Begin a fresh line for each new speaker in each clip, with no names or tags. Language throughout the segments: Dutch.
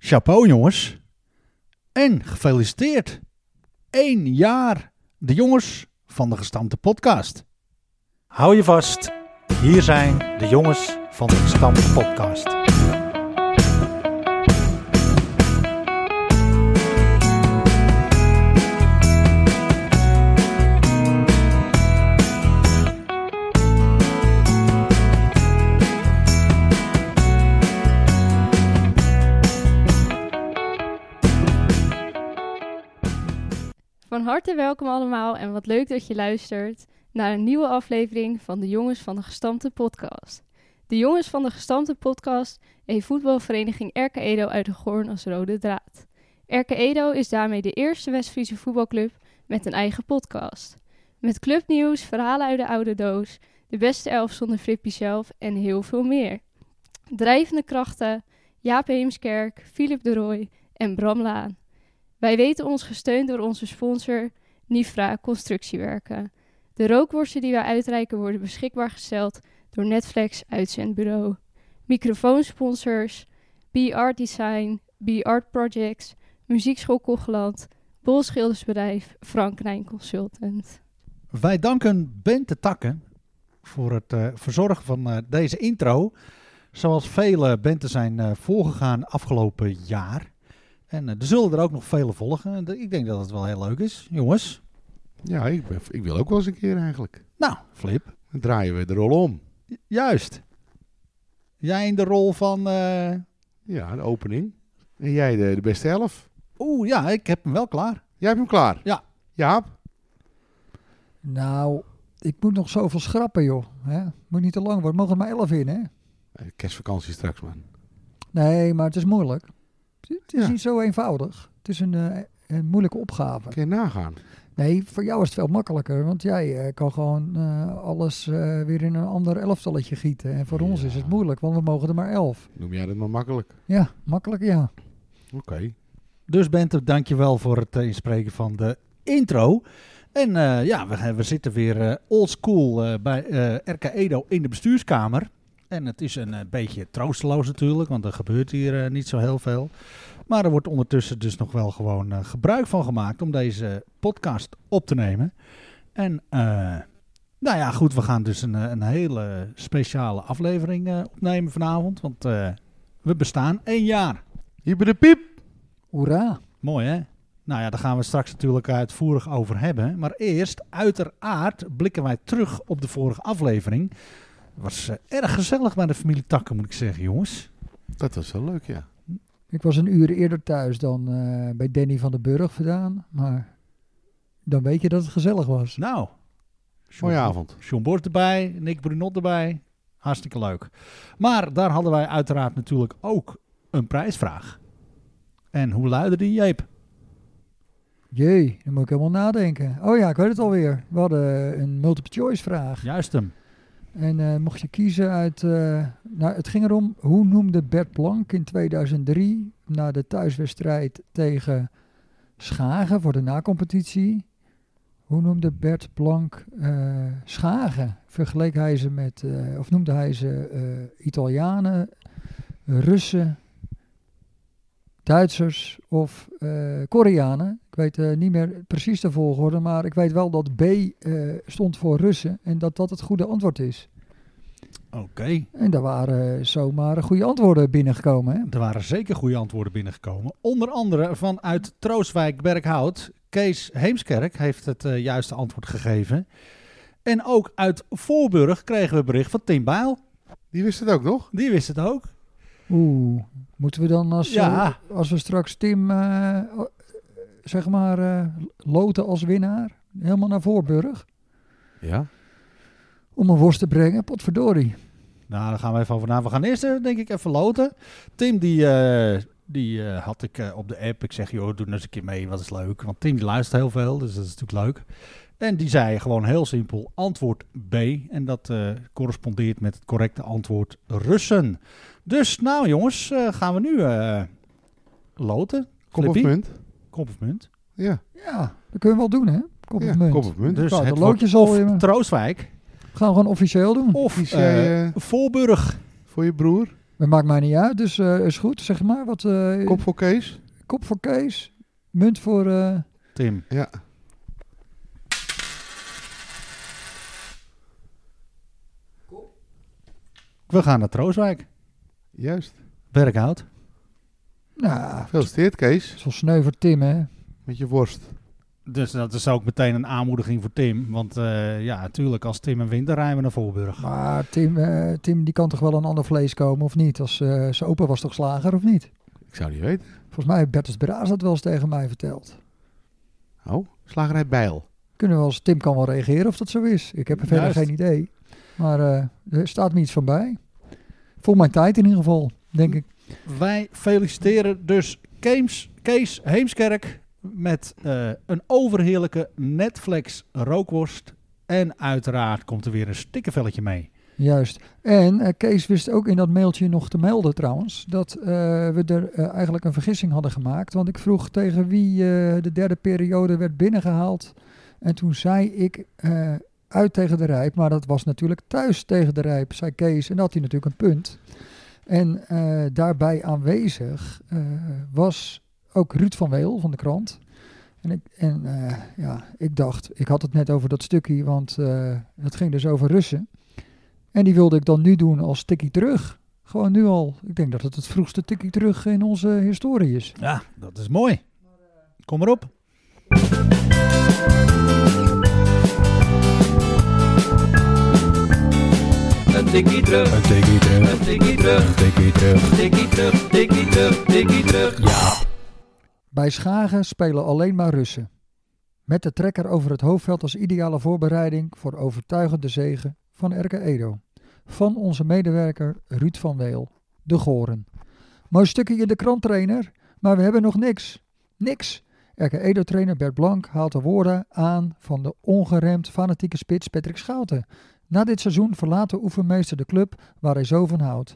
Chapeau jongens. En gefeliciteerd. Eén jaar de jongens van de gestampte podcast.
Hou je vast. Hier zijn de jongens van de Gestampte Podcast.
Van harte welkom allemaal en wat leuk dat je luistert naar een nieuwe aflevering van de Jongens van de Gestampte Podcast. De Jongens van de Gestampte Podcast heeft voetbalvereniging Erke Edo uit de Goorn als rode draad. Erke Edo is daarmee de eerste West-Friese voetbalclub met een eigen podcast. Met clubnieuws, verhalen uit de oude doos, de beste elf zonder Frippie zelf en heel veel meer. Drijvende krachten, Jaap Heemskerk, Philip de Rooij en Bram Laan. Wij weten ons gesteund door onze sponsor Nifra Constructiewerken. De rookworsten die wij uitreiken worden beschikbaar gesteld door Netflix Uitzendbureau. Microfoonsponsors Be Art Design, Be Art Projects, Muziekschool Kocheland, Bol Schildersbedrijf, Frank Rijn Consultant.
Wij danken Bente Takken voor het eh, verzorgen van eh, deze intro. Zoals vele Bente zijn eh, voorgegaan afgelopen jaar. En eh, er zullen er ook nog vele volgen. En de- Ik denk dat het wel heel leuk is, jongens.
Ja, ik, ben, ik wil ook wel eens een keer eigenlijk.
Nou, Flip.
Dan draaien we de rol om.
ju- Juist. Jij in de rol van... eh,
Ja, de opening. En jij de, de beste elf.
Oeh, ja, ik heb hem wel klaar.
Jij hebt hem klaar.
Ja.
Jaap?
Nou, ik moet nog zoveel schrappen, joh. Hè? Moet niet te lang worden. Mogen er maar elf in, hè?
Eh, Kerstvakantie straks, man.
Nee, maar het is moeilijk. Het is
Ja.
niet zo eenvoudig. Het is een, eh, een moeilijke opgave.
Kun je nagaan.
Nee, voor jou is het veel makkelijker. Want jij eh, kan gewoon eh, alles eh, weer in een ander elftalletje gieten. En voor ons
Ja.
is het moeilijk, want we mogen er maar elf.
Noem jij dat maar makkelijk.
Ja, makkelijk, ja.
Oké.
Dus Bente, dankjewel voor het eh, inspreken van de intro. En eh, ja, we, we zitten weer eh, oldschool eh, bij eh, RK Edo in de bestuurskamer. En het is een eh, beetje troosteloos natuurlijk, want er gebeurt hier eh, niet zo heel veel. Maar er wordt ondertussen dus nog wel gewoon eh, gebruik van gemaakt om deze podcast op te nemen. En eh, nou ja, goed, we gaan dus een, eh, een hele speciale aflevering eh, opnemen vanavond. Want eh, we bestaan één jaar.
Hier bij de piep.
Hoera.
Mooi hè? Nou ja, daar gaan we straks natuurlijk uitvoerig over hebben. Maar eerst, uiteraard, blikken wij terug op de vorige aflevering. Het was eh, erg gezellig bij de familie Takken, moet ik zeggen, jongens.
Dat was wel leuk, ja.
Ik was een uur eerder thuis dan eh, bij Danny van den Burg vandaan. Maar dan weet je dat het gezellig was.
Nou,
Mooie avond.
John Bos erbij, Nick Brunot erbij. Hartstikke leuk. Maar daar hadden wij uiteraard natuurlijk ook een prijsvraag. En hoe luidde die, Jeep?
Jee, dan moet ik helemaal nadenken. Oh ja, ik weet het alweer. We hadden een multiple choice vraag.
Juist hem.
En eh, mocht je kiezen uit... eh, nou, het ging erom, hoe noemde Bert Blank in 2003... na de thuiswedstrijd tegen Schagen voor de nacompetitie... hoe noemde Bert Blank eh, Schagen? Vergeleek hij ze met... eh, of noemde hij ze eh, Italianen, Russen... Duitsers of eh, Koreanen. Ik weet eh, niet meer precies de volgorde, maar ik weet wel dat B eh, stond voor Russen en dat dat het goede antwoord is.
Oké,
En daar waren eh, zomaar goede antwoorden binnengekomen. Hè?
Er waren zeker goede antwoorden binnengekomen. Onder andere vanuit Trooswijk Berkhout. Kees Heemskerk heeft het eh, juiste antwoord gegeven. En ook uit Voorburg kregen we bericht van Tim Bijl.
Die wist het ook nog.
Die wist het ook.
Oeh, moeten we dan als,
Ja.
eh, als we straks Tim, eh, o- zeg maar, eh, loten als winnaar? Helemaal naar Voorburg?
Ja.
Om een worst te brengen? Potverdorie.
Nou, daar gaan we even over na. We gaan eerst eh, denk ik even loten. Tim die, eh, die eh, had ik eh, op de app. Ik zeg, joh, doe nou eens een keer mee, wat is leuk. Want Tim die luistert heel veel, dus dat is natuurlijk leuk. En die zei gewoon heel simpel antwoord B. En dat eh, correspondeert met het correcte antwoord Russen. Dus nou jongens, eh, gaan we nu eh, loten.
Kop of
Flippy?
munt.
Kop of munt.
Ja.
Ja, dat kunnen we wel doen, hè? Kop op
ja.
munt.
Kop of munt.
Dus
Nou,
het
de
wordt
loodjes
of
gooien we.
Troostwijk
Gaan we gewoon officieel doen.
of
Kies jij
eh,
eh,
Voorburg.
voor je broer?
Maar maakt mij niet uit, dus eh, is goed. Zeg maar, wat, eh,
Kop voor Kees.
kop voor Kees, munt voor... eh,
Tim.
Ja.
We gaan naar Trooswijk.
Juist.
Berkhout.
nou,
Gefeliciteerd, Kees.
zo sneu voor Tim, hè.
Met je worst.
Dus dat is ook meteen een aanmoediging voor Tim. Want eh, ja, natuurlijk, als Tim een wint, dan rijden we naar Voorburg.
Maar Tim, eh, Tim die kan toch wel een ander vlees komen, of niet? Als, eh, zijn opa was toch slager, of niet?
Ik zou niet weten.
Volgens mij heeft Bertus Braas dat wel eens tegen mij verteld.
Oh, slagerij Bijl.
Kunnen we als Tim kan wel reageren of dat zo is. Ik heb er verder
Juist.
geen idee. Maar eh, er staat me iets van bij. Voor mijn tijd in ieder geval, denk ik.
Wij feliciteren dus Kees, Kees Heemskerk met eh, een overheerlijke Netflix rookworst. En uiteraard komt er weer een stikkenvelletje mee.
Juist. En eh, Kees wist ook in dat mailtje nog te melden trouwens, dat eh, we er eh, eigenlijk een vergissing hadden gemaakt. Want ik vroeg tegen wie eh, de derde periode werd binnengehaald. En toen zei ik eh, uit tegen de Rijp, maar dat was natuurlijk thuis tegen de Rijp, zei Kees. En dat had hij natuurlijk een punt. En eh, daarbij aanwezig eh, was ook Ruud van Weel van de krant. En, ik, en eh, ja, ik dacht, ik had het net over dat stukje, want eh het ging dus over Russen. En die wilde ik dan nu doen als tikkie terug. Gewoon nu al. Ik denk dat het het vroegste tikkie terug in onze historie is.
Ja, dat is mooi. Kom maar op.
Een tikkie terug,
Een tikkie terug,
een tikkie terug,
een tikkie terug.
tikkie terug, tikkie terug, tikkie terug.
Ja.
Bij Schagen spelen alleen maar Russen. Met de trekker over het hoofdveld als ideale voorbereiding voor overtuigende zegen van RK Edo. Van onze medewerker Ruud van Weel, de Goren. Mooi stukje in de krant, trainer. Maar we hebben nog niks. Niks. RK Edo-trainer Bert Blank haalt de woorden aan van de ongeremd fanatieke spits Patrick Schouten. Na dit seizoen verlaat de oefenmeester de club waar hij zo van houdt.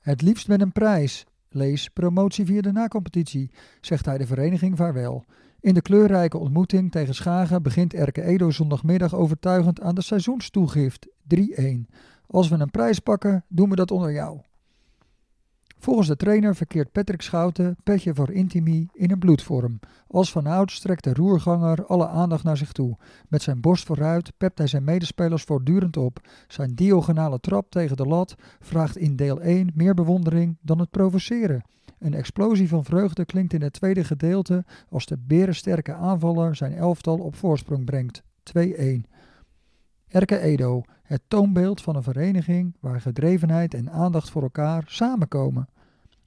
Het liefst met een prijs. Lees promotie via de nacompetitie zegt hij de vereniging vaarwel. In de kleurrijke ontmoeting tegen Schagen begint Erke Edo zondagmiddag overtuigend aan de seizoenstoegift 3-1. Als we een prijs pakken, doen we dat onder jou. Volgens de trainer verkeert Patrick Schouten, petje voor Intimi, in een bloedvorm. Als van ouds strekt de roerganger alle aandacht naar zich toe. Met zijn borst vooruit pept hij zijn medespelers voortdurend op. Zijn diagonale trap tegen de lat vraagt in deel 1 meer bewondering dan het provoceren. Een explosie van vreugde klinkt in het tweede gedeelte als de berensterke aanvaller zijn elftal op voorsprong brengt. 2-1. Erke Edo, het toonbeeld van een vereniging waar gedrevenheid en aandacht voor elkaar samenkomen.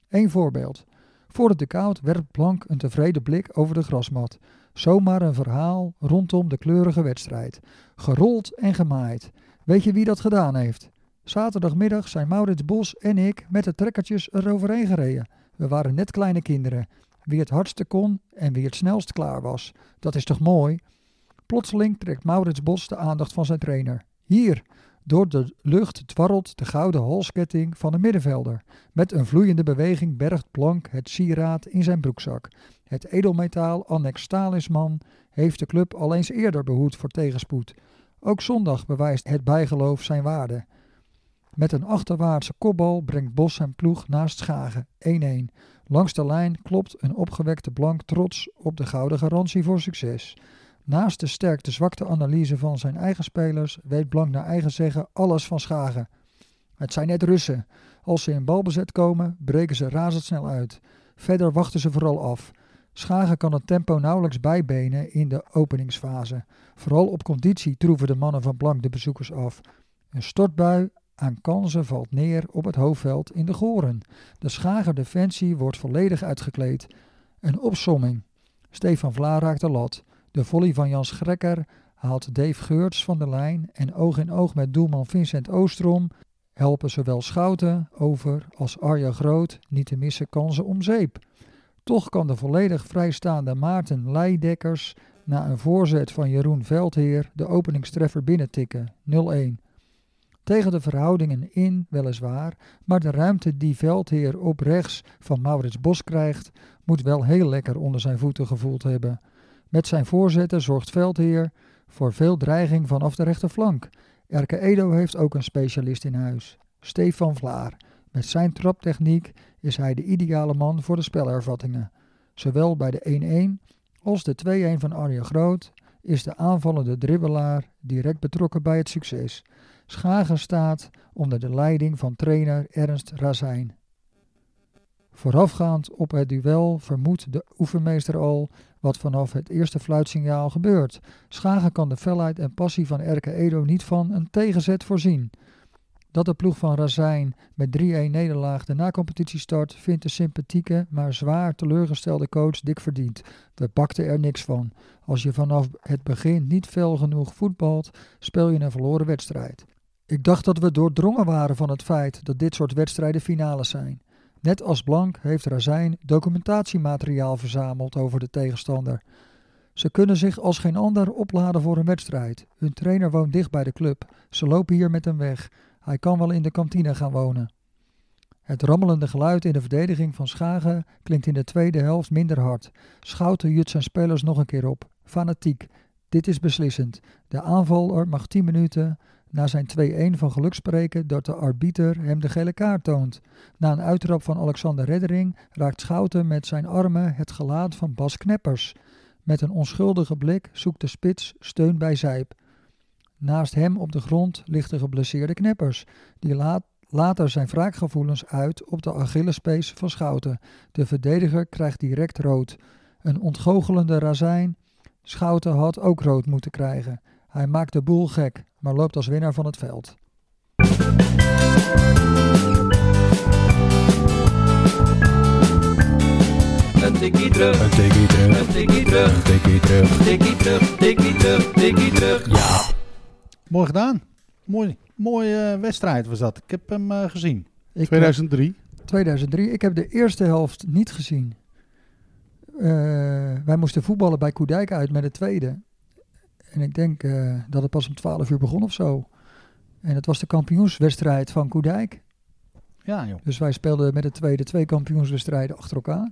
Eén voorbeeld. Voor het dugout werpt Blank een tevreden blik over de grasmat. Zomaar een verhaal rondom de kleurige wedstrijd. Gerold en gemaaid. Weet je wie dat gedaan heeft? Zaterdagmiddag zijn Maurits Bos en ik met de trekkertjes eroverheen gereden. We waren net kleine kinderen. Wie het hardste kon en wie het snelst klaar was. Dat is toch mooi? Plotseling trekt Maurits Bos de aandacht van zijn trainer. Hier, door de lucht dwarrelt de gouden halsketting van een middenvelder. Met een vloeiende beweging bergt Blank het sieraad in zijn broekzak. Het edelmetaal annex talisman heeft de club al eens eerder behoed voor tegenspoed. Ook zondag bewijst het bijgeloof zijn waarde. Met een achterwaartse kopbal brengt Bos zijn ploeg naast Schagen 1-1. Langs de lijn klopt een opgewekte Blank trots op de gouden garantie voor succes. Naast de sterkte-zwakte analyse van zijn eigen spelers weet Blank naar eigen zeggen alles van Schagen. Het zijn net Russen. Als ze in balbezet komen, breken ze razendsnel uit. Verder wachten ze vooral af. Schagen kan het tempo nauwelijks bijbenen in de openingsfase. Vooral op conditie troeven de mannen van Blank de bezoekers af. Een stortbui aan kansen valt neer op het hoofdveld in de Goren. De Schager Defensie wordt volledig uitgekleed. Een opsomming. Stefan Vlaar raakt de lat. De volley van Jan Schrekker haalt Dave Geurts van de lijn. En oog in oog met doelman Vincent Oostrom helpen zowel Schouten over als Arja Groot niet te missen kansen om zeep. Toch kan de volledig vrijstaande Maarten Leidekkers na een voorzet van Jeroen Veldheer de openingstreffer binnentikken. 0-1. Tegen de verhoudingen in, weliswaar, maar de ruimte die Veldheer op rechts van Maurits Bos krijgt, moet wel heel lekker onder zijn voeten gevoeld hebben. Met zijn voorzetten zorgt Veldheer voor veel dreiging vanaf de rechterflank. Erke Edo heeft ook een specialist in huis, Stefan Vlaar. Met zijn traptechniek is hij de ideale man voor de spelervattingen. Zowel bij de 1-1 als de 2-1 van Arjen Groot is de aanvallende dribbelaar direct betrokken bij het succes. Schagen staat onder de leiding van trainer Ernst Razijn. Voorafgaand op het duel vermoedt de oefenmeester al wat vanaf het eerste fluitsignaal gebeurt. Schagen kan de felheid en passie van RK Edo niet van een tegenzet voorzien. Dat de ploeg van Razijn met 3-1 nederlaag de nacompetitie start, vindt de sympathieke, maar zwaar teleurgestelde coach dik verdiend. We bakten er niks van. Als je vanaf het begin niet fel genoeg voetbalt, speel je een verloren wedstrijd. Ik dacht dat we doordrongen waren van het feit dat dit soort wedstrijden finales zijn. Net als Blank heeft Razijn documentatiemateriaal verzameld over de tegenstander. Ze kunnen zich als geen ander opladen voor een wedstrijd. Hun trainer woont dicht bij de club. Ze lopen hier met hem weg. Hij kan wel in de kantine gaan wonen. Het rammelende geluid in de verdediging van Schagen klinkt in de tweede helft minder hard. Schouten jut zijn spelers nog een keer op. Fanatiek. Dit is beslissend. De aanvaller mag 10 minuten na zijn 2-1 van geluk spreken dat de arbiter hem de gele kaart toont. Na een uittrap van Alexander Reddering raakt Schouten met zijn armen het gelaat van Bas Kneppers. Met een onschuldige blik zoekt de spits steun bij Zijp. Naast hem op de grond ligt de geblesseerde Kneppers, die laat, later zijn wraakgevoelens uit op de Achillespees van Schouten. De verdediger krijgt direct rood. Een ontgoochelende razijn. Schouten had ook rood moeten krijgen. Hij maakt de boel gek, maar loopt als winnaar van het veld.
Een tikkie terug,
Een tikkie terug,
een tikkie terug,
een tikkie terug.
tikkie terug, tikkie terug, tikkie terug.
Ja,
Mooi gedaan. Mooi, mooie eh, wedstrijd was dat. Ik heb hem eh, gezien.
Ik,
2003.
2003. Ik heb de eerste helft niet gezien. Eh, wij moesten voetballen bij Koedijk uit met de tweede. En ik denk eh, dat het pas om 12 uur begon of zo. En het was de kampioenswedstrijd van Koedijk.
Ja, joh.
Dus wij speelden met de tweede twee kampioenswedstrijden achter elkaar.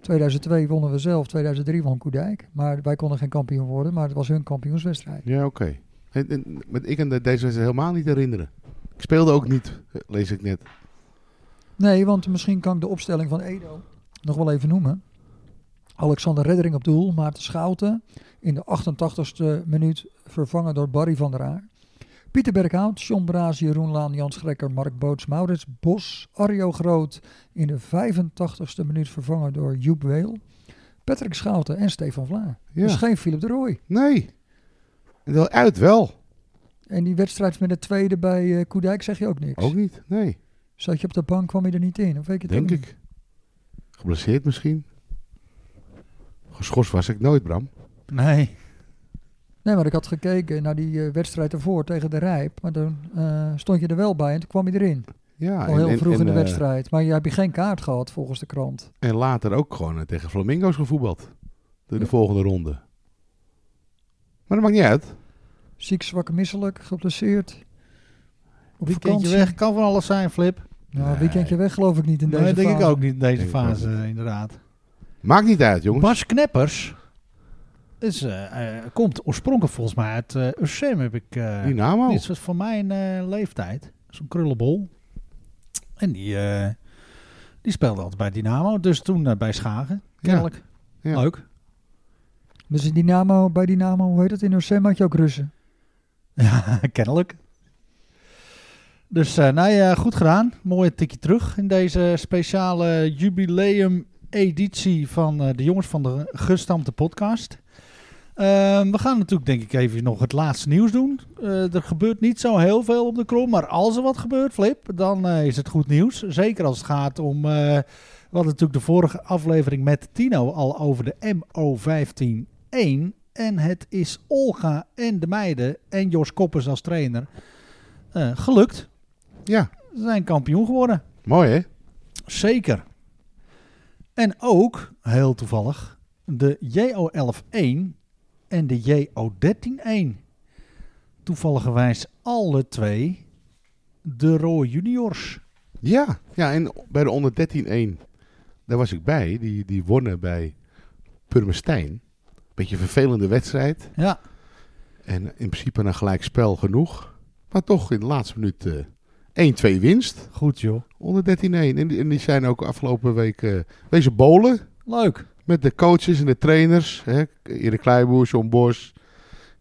2002 wonnen we zelf, 2003 won Koedijk. Maar wij konden geen kampioen worden, maar het was hun kampioenswedstrijd.
Ja, oké. En- en- Maar ik kan de- deze wedstrijd helemaal niet herinneren. Ik speelde ook niet, lees ik net.
Nee, want misschien kan ik de opstelling van Edo nog wel even noemen. Alexander Reddering op doel, Maarten Schouten in de 88ste minuut vervangen door Barry van der Aar. Pieter Berghout, John Braas, Jeroen Laan, Jans Grekker, Mark Boots, Maurits Bos, Arjo Groot in de 85ste minuut vervangen door Joep Weel. Patrick Schouten en Stefan Vlaar.
Ja.
Dus geen Philip de Rooij.
Nee. En wel uit wel.
En die wedstrijd met de tweede bij eh, Koedijk zeg je ook niks.
Ook niet. Nee.
Zat je op de bank, kwam je er niet in? Of weet je het
Denk
ook niet?
ik. Geblesseerd misschien. Geschorst was ik nooit, Bram.
Nee.
Nee, maar ik had gekeken naar die eh, wedstrijd ervoor tegen de Rijp. Maar toen eh, stond je er wel bij en toen kwam je erin.
Ja,
Al heel vroeg in de
eh,
wedstrijd. Maar je hebt je geen kaart gehad volgens de krant.
en later ook gewoon eh, tegen Flamingo's gevoetbald. De, de
Ja.
volgende ronde. Maar dat maakt niet uit.
Ziek, zwak, misselijk, geblesseerd. Op
Weekendje
vakantie.
weg. Kan van alles zijn, Flip.
Nou,
Nee.
weekendje weg geloof ik niet in
Nee,
deze
denk ik
fase.
ook niet in deze
Denk ik
fase,
ook
eh, inderdaad.
Maakt niet uit, jongens.
Bas Kneppers is, eh, eh, komt oorspronkelijk volgens mij uit eh Ursem, heb ik... eh,
Dynamo.
Dit is van mijn eh, leeftijd. Zo'n krullenbol. En die, eh, die speelde altijd bij Dynamo. Dus toen eh, bij Schagen, kennelijk.
Ja.
Leuk.
Dus in Dynamo, bij Dynamo, hoe heet het? In Ursem had je ook Russen.
Ja, kennelijk. Dus eh nee, eh, goed gedaan. Mooi tikje terug in deze speciale jubileum editie van eh, de jongens van de gestampte podcast. Ehm, we gaan natuurlijk denk ik even nog het laatste nieuws doen. Eh, er gebeurt niet zo heel veel op de krom, maar als er wat gebeurt, Flip, dan eh, is het goed nieuws. Zeker als het gaat om, eh, we hadden natuurlijk de vorige aflevering met Tino al over de MO15-1. En het is Olga en de meiden en Jos Koppers als trainer eh, gelukt.
Ja,
Ze zijn kampioen geworden.
mooi hè?
Zeker. En ook, heel toevallig, de JO11-1 en de JO13-1. Toevalligerwijs alle twee de Roy Juniors.
Ja, ja en bij de onder 13-1, daar was ik bij. Die, die wonnen bij Purmerstein. Beetje een vervelende wedstrijd.
Ja,
En in principe een gelijk spel genoeg. Maar toch in de laatste minuut eh, 1-2 winst.
Goed joh.
Onder 13-1. En, die- en die zijn ook afgelopen week eh wezen bolen.
Leuk.
Met de coaches en de trainers. Hè? Erik Kleiboer, John Bos,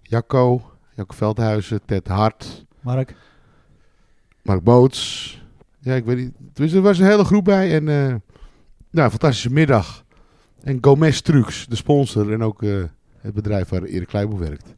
Jacco, Jacco Veldhuizen, Ted Hart,
Mark.
Mark Boots. Ja, ik weet niet. Dus er was een hele groep bij. En eh, nou, een fantastische middag. En Gomez Trucks, de sponsor en ook eh, het bedrijf waar Erik Kleiboer werkt.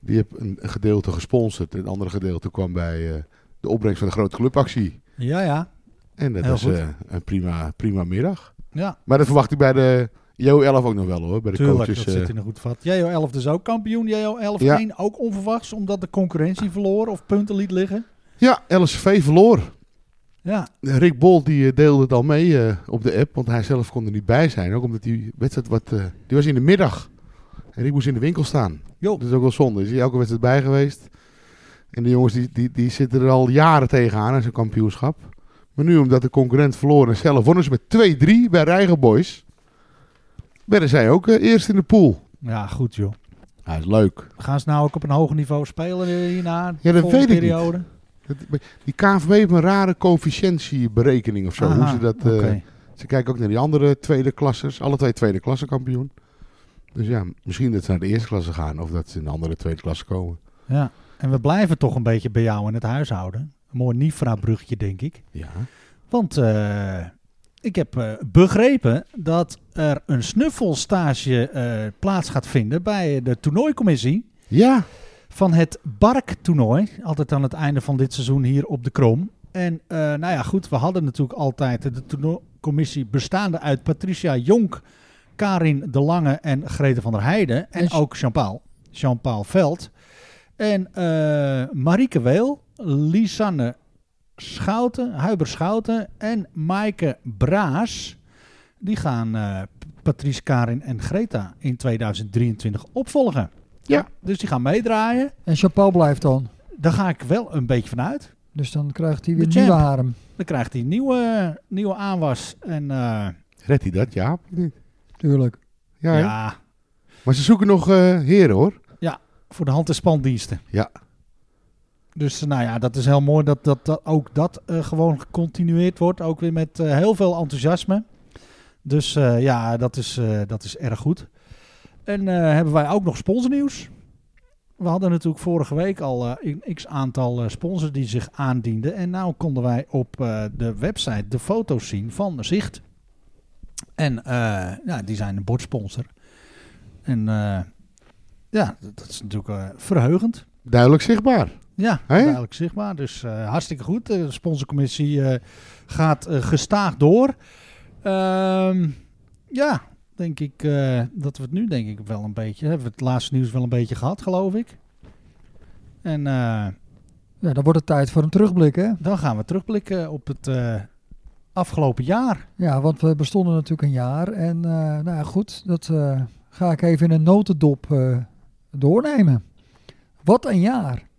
Die heeft een, een gedeelte gesponsord. En een andere gedeelte kwam bij eh, de opbrengst van de grote clubactie.
Ja, ja.
En dat
Heel
was
goed.
eh, een prima, prima middag.
Ja,
Maar dat verwacht ik bij de JO11 ook nog wel hoor. Bij de
tuurlijk.
coaches.
dat
eh,
zit in een goed vat. JO11 dus ook kampioen. JO11 1 ook onverwachts, omdat de concurrentie verloor of punten liet liggen.
Ja, LSV verloor.
Ja,
Rick Bol die eh, deelde het al mee eh, op de app, want hij zelf kon er niet bij zijn. Ook omdat die wedstrijd wat, eh, die was in de middag. En Rick moest in de winkel staan.
Jo.
Dat is ook wel zonde. Is hij elke wedstrijd bij geweest. En de jongens die, die, die zitten er al jaren tegenaan aan zo'n kampioenschap. Maar nu omdat de concurrent verloor en zelf wonnen ze met 2-3 bij Rijgen Boys. Werden zij ook eh, eerst in de pool.
ja goed joh.
Hij is leuk.
Gaan ze nou ook op een hoger niveau spelen eh, hierna? de
Ja, dat
volgende
weet ik niet.
periode?
Dat- Die KNVB heeft een rare coëfficiëntieberekening of zo.
Aha,
Hoe ze dat... eh,
oké.
Ze kijken ook naar die andere tweede klassers. Alle twee tweede klasse kampioen. Dus ja, misschien dat ze naar de eerste klasse gaan. Of dat ze in de andere tweede klasse komen.
Ja, en we blijven toch een beetje bij jou in het huishouden. Een mooi Nifra-brugje, denk ik.
Ja.
Want eh, ik heb eh, begrepen dat er een snuffelstage eh, plaats gaat vinden bij de toernooicommissie
Ja.
van het Bark-toernooi. Altijd aan het einde van dit seizoen hier op de Krom. En eh, nou ja, goed, we hadden natuurlijk altijd de toernooicommissie bestaande uit Patricia Jonk, Karin De Lange en Grete van der Heijden. En
En Ch-
ook Jean-Paul, Jean-Paul Veld. En eh Marieke Weel, Lisanne Schouten, Huiber Schouten en Maaike Braas. Die gaan eh, Patrice, Karin en Greta in 2023 opvolgen.
Ja.
Dus die gaan meedraaien.
En Chapal blijft dan.
Daar ga ik wel een beetje van uit.
Dus dan krijgt hij weer
De
een nieuwe
champ.
harem.
Dan krijgt hij nieuwe, nieuwe aanwas. En eh,
Redt hij dat? Ja.
Tuurlijk.
Ja, hè?
ja,
Maar ze zoeken nog eh, heren hoor.
voor de hand- en spandiensten.
Ja.
Dus eh, nou ja, dat is heel mooi dat, dat, dat ook dat eh, gewoon gecontinueerd wordt. Ook weer met eh, heel veel enthousiasme. Dus eh, ja, dat is, eh, dat is erg goed. En eh, hebben wij ook nog sponsornieuws. We hadden natuurlijk vorige week al eh, een x aantal eh, sponsors die zich aandienden. En nou konden wij op eh, de website de foto's zien van Zicht. En eh, ja, die zijn een bordsponsor. En eh, ja, dat, dat is natuurlijk eh, verheugend.
Duidelijk zichtbaar.
Ja,
Hè?
duidelijk zichtbaar. Dus eh, hartstikke goed. De sponsorcommissie eh, gaat eh, gestaag door. Ehm, ja, denk ik eh, dat we het nu denk ik wel een beetje... Hebben we het laatste nieuws wel een beetje gehad, geloof ik. En eh,
Ja, dan wordt het tijd voor een terugblik, hè?
dan gaan we terugblikken op het eh, afgelopen jaar.
Ja, want we bestonden natuurlijk een jaar. En eh, nou ja, goed, dat eh, ga ik even in een notendop eh, doornemen. Wat een jaar.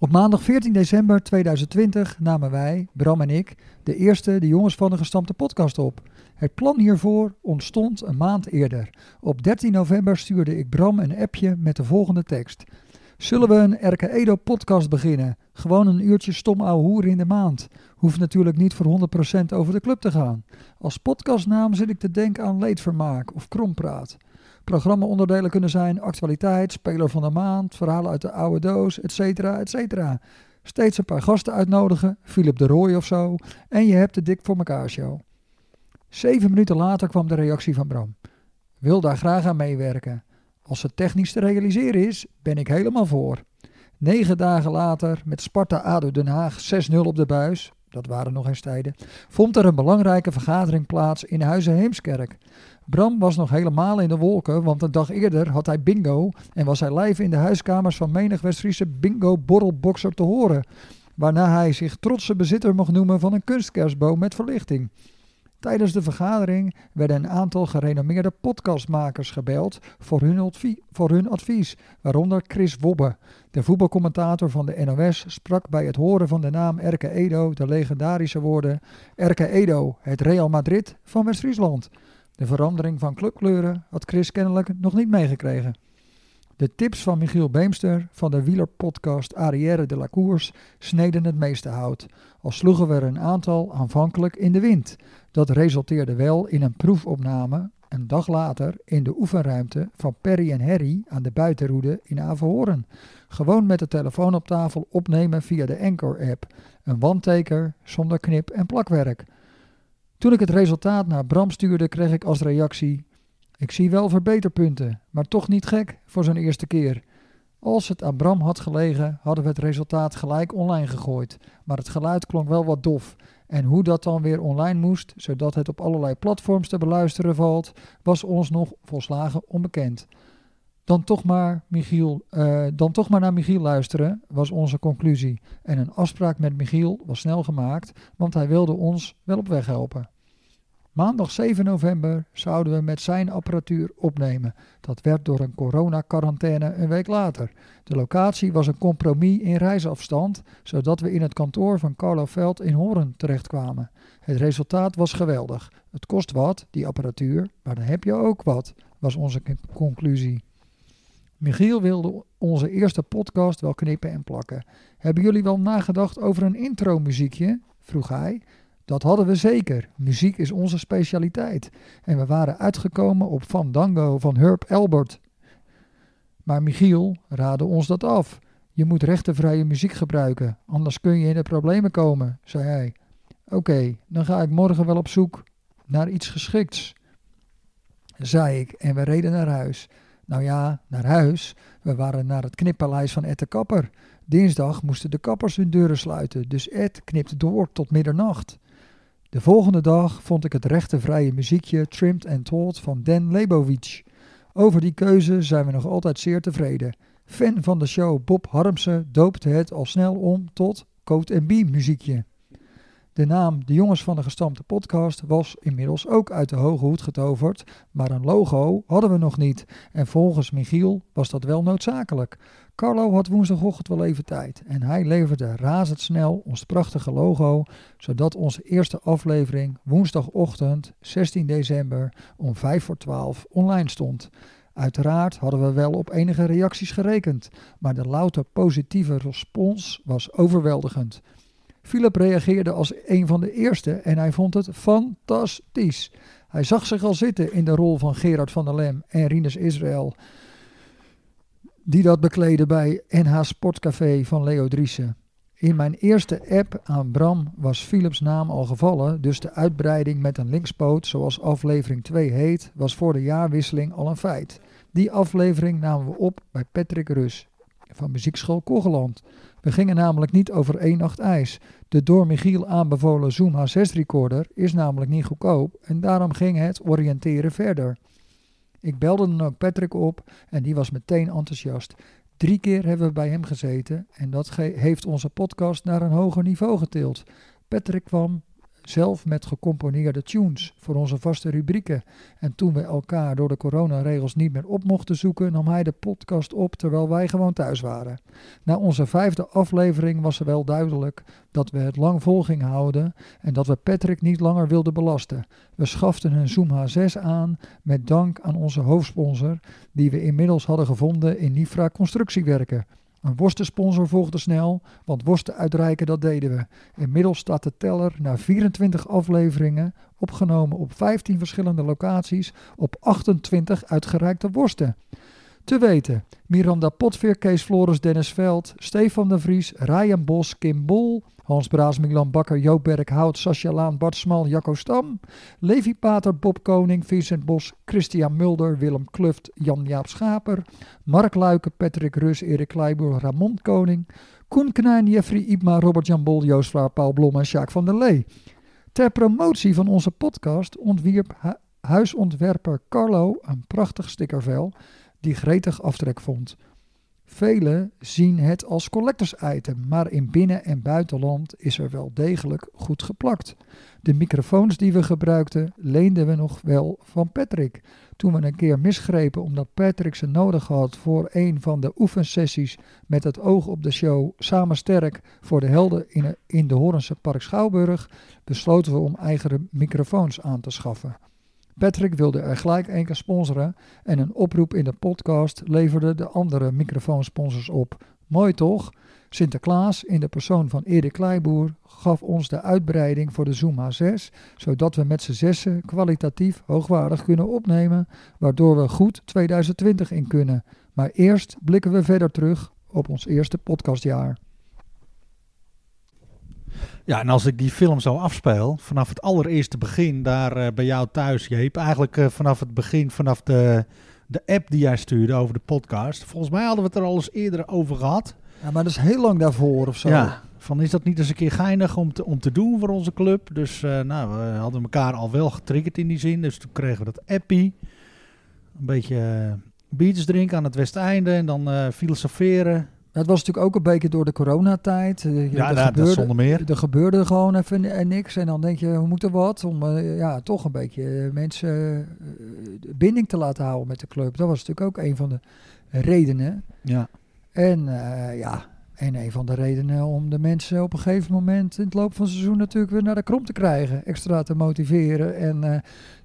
Op maandag 14 december 2020 namen wij, Bram en ik, de eerste De Jongens van de Gestampte podcast op. Het plan hiervoor ontstond een maand eerder. Op 13 november stuurde ik Bram een appje met de volgende tekst. Zullen we een RK Edo podcast beginnen? Gewoon een uurtje stom ouwe hoer in de maand hoeft natuurlijk niet voor 100% over de club te gaan. Als podcastnaam zit ik te denken aan leedvermaak of krompraat. Programmaonderdelen kunnen zijn actualiteit, speler van de maand, verhalen uit de oude doos, etc. etc. Steeds een paar gasten uitnodigen, Philip de Rooij of zo, en je hebt de Dik voor elkaar show. Zeven minuten later kwam de reactie van Bram. Wil daar graag aan meewerken. Als het technisch te realiseren is, ben ik helemaal voor. Negen dagen later, met Sparta ADO Den Haag 6-0 op de buis, dat waren nog eens tijden, vond er een belangrijke vergadering plaats in Huizen Heemskerk. Bram was nog helemaal in de wolken, want een dag eerder had hij bingo en was hij live in de huiskamers van menig West-Friese bingo-borrelboxer te horen, waarna hij zich trotse bezitter mocht noemen van een kunstkerstboom met verlichting. Tijdens de vergadering werden een aantal gerenommeerde podcastmakers gebeld voor hun, advie- voor hun advies, waaronder Chris Wobbe. De voetbalcommentator van de NOS sprak bij het horen van de naam Erke Edo de legendarische woorden Erke Edo, het Real Madrid van West-Friesland. De verandering van clubkleuren had Chris kennelijk nog niet meegekregen. De tips van Michiel Beemster van de wielerpodcast Arrière de la Course sneden het meeste hout, al sloegen we er een aantal aanvankelijk in de wind. Dat resulteerde wel in een proefopname een dag later in de oefenruimte van Perry en Harry aan de buitenroede in Averhoorn. Gewoon met de telefoon op tafel opnemen via de Anchor-app. Een wandteker zonder knip en plakwerk. Toen ik het resultaat naar Bram stuurde, kreeg ik als reactie: Ik zie wel verbeterpunten, maar toch niet gek voor zo'n eerste keer. Als het aan Bram had gelegen, hadden we het resultaat gelijk online gegooid. Maar het geluid klonk wel wat dof. En hoe dat dan weer online moest, zodat het op allerlei platforms te beluisteren valt, was ons nog volslagen onbekend. Dan toch maar, Michiel, eh, dan toch maar naar Michiel luisteren, was onze conclusie. En een afspraak met Michiel was snel gemaakt, want hij wilde ons wel op weg helpen. Maandag 7 november zouden we met zijn apparatuur opnemen. Dat werd door een coronacarantaine een week later. De locatie was een compromis in reisafstand, zodat we in het kantoor van Carlo Veld in Horen terechtkwamen. Het resultaat was geweldig. Het kost wat, die apparatuur, maar dan heb je ook wat, was onze con- conclusie. Michiel wilde onze eerste podcast wel knippen en plakken. Hebben jullie wel nagedacht over een intro-muziekje? vroeg hij. Dat hadden we zeker. Muziek is onze specialiteit. En we waren uitgekomen op Fandango van Herb Albert. Maar Michiel raadde ons dat af. Je moet rechtenvrije muziek gebruiken, anders kun je in de problemen komen, zei hij. Oké, dan ga ik morgen wel op zoek naar iets geschikts, zei ik en we reden naar huis. Nou ja, naar huis. We waren naar het knippaleis van Ed de Kapper. Dinsdag moesten de kappers hun deuren sluiten, dus Ed knipte door tot middernacht. De volgende dag vond ik het rechtenvrije muziekje Trimmed and Told van Dan Lebowitz. Over die keuze zijn we nog altijd zeer tevreden. Fan van de show Bob Harmsen doopte het al snel om tot Coat B muziekje. De naam De Jongens van de Gestampte Podcast was inmiddels ook uit de hoge hoed getoverd, maar een logo hadden we nog niet. En volgens Michiel was dat wel noodzakelijk. Carlo had woensdagochtend wel even tijd en hij leverde razendsnel ons prachtige logo, zodat onze eerste aflevering woensdagochtend 16 december om 5 voor 12 online stond. Uiteraard hadden we wel op enige reacties gerekend, maar de louter positieve respons was overweldigend. Philip reageerde als een van de eerste en hij vond het fantastisch. Hij zag zich al zitten in de rol van Gerard van der Lem en Rinus Israël, die dat bekleedde bij NH Sportcafé van Leo Driessen. In mijn eerste app aan Bram was Philips naam al gevallen, dus de uitbreiding met een linkspoot, zoals aflevering 2 heet, was voor de jaarwisseling al een feit. Die aflevering namen we op bij Patrick Rus van Muziekschool Kogeland. We gingen namelijk niet over één nacht ijs. De door Michiel aanbevolen Zoom H6-recorder is namelijk niet goedkoop en daarom ging het oriënteren verder. Ik belde dan ook Patrick op en die was meteen enthousiast. Drie keer hebben we bij hem gezeten en dat ge- heeft onze podcast naar een hoger niveau getild. Patrick kwam zelf met gecomponeerde tunes voor onze vaste rubrieken. En toen we elkaar door de coronaregels niet meer op mochten zoeken, nam hij de podcast op terwijl wij gewoon thuis waren. Na onze vijfde aflevering was er wel duidelijk dat we het lang vol gingen houden en dat we Patrick niet langer wilden belasten. We schaften een Zoom H6 aan met dank aan onze hoofdsponsor, die we inmiddels hadden gevonden in Nifra Constructiewerken. Een worstensponsor volgde snel, want worsten uitreiken dat deden we. Inmiddels staat de teller na 24 afleveringen, opgenomen op 15 verschillende locaties, op 28 uitgereikte worsten. Te weten, Miranda Potveer, Kees Flores, Dennis Veld, Stefan de Vries, Ryan Bos, Kim Bol, Hans Braas, Milan Bakker, Joop Berghout, Sascha Laan, Bart Smal, Jacco Stam, Levi Pater, Bob Koning, Vincent Bos, Christian Mulder, Willem Kluft, Jan-Jaap Schaper, Mark Luiken, Patrick Rus, Erik Kleiboer, Ramon Koning, Koen Knijn, Jeffrey Ibma, Robert-Jan Bol, Joost Vlaar, Paul Blom en Sjaak van der Lee. Ter promotie van onze podcast ontwierp hu- huisontwerper Carlo een prachtig stickervel die gretig aftrek vond. Velen zien het als collectors item, maar in binnen- en buitenland is er wel degelijk goed geplakt. De microfoons die we gebruikten leenden we nog wel van Patrick. Toen we een keer misgrepen omdat Patrick ze nodig had voor een van de oefensessies met het oog op de show Samen Sterk voor de helden in, in de Horense Park Schouwburg, besloten we om eigen microfoons aan te schaffen. Patrick wilde er gelijk één keer sponsoren en een oproep in de podcast leverde de andere microfoonsponsors op. Mooi toch? Sinterklaas, in de persoon van Erik Kleiboer, gaf ons de uitbreiding voor de Zoom H6, zodat we met z'n zessen kwalitatief hoogwaardig kunnen opnemen, waardoor we goed 2020 in kunnen. Maar eerst blikken we verder terug op ons eerste podcastjaar.
Ja, en als ik die film zo afspeel, vanaf het allereerste begin daar eh, bij jou thuis, Jeep. Eigenlijk eh, vanaf het begin, vanaf de, de app die jij stuurde over de podcast. Volgens mij hadden we het er al eens eerder over gehad.
Ja, maar dat is heel lang daarvoor of zo.
Ja, van is dat niet eens een keer geinig om te, om te doen voor onze club? Dus eh, nou, we hadden elkaar al wel getriggerd in die zin. Dus toen kregen we dat appie. Een beetje eh, biertjes drinken aan het westeinde en dan eh, filosoferen.
Dat was natuurlijk ook een beetje door de coronatijd. Eh,
Ja, nou,
er
dat
gebeurde-
zonder meer.
Er gebeurde gewoon even ni- eh, niks. En dan denk je, hoe moet er wat? Om eh, ja, toch een beetje eh, mensen eh, de binding te laten houden met de club. Dat was natuurlijk ook een van de redenen.
Ja.
En eh, ja, en een van de redenen om de mensen op een gegeven moment in het loop van het seizoen natuurlijk weer naar de krom te krijgen. Extra te motiveren. En eh,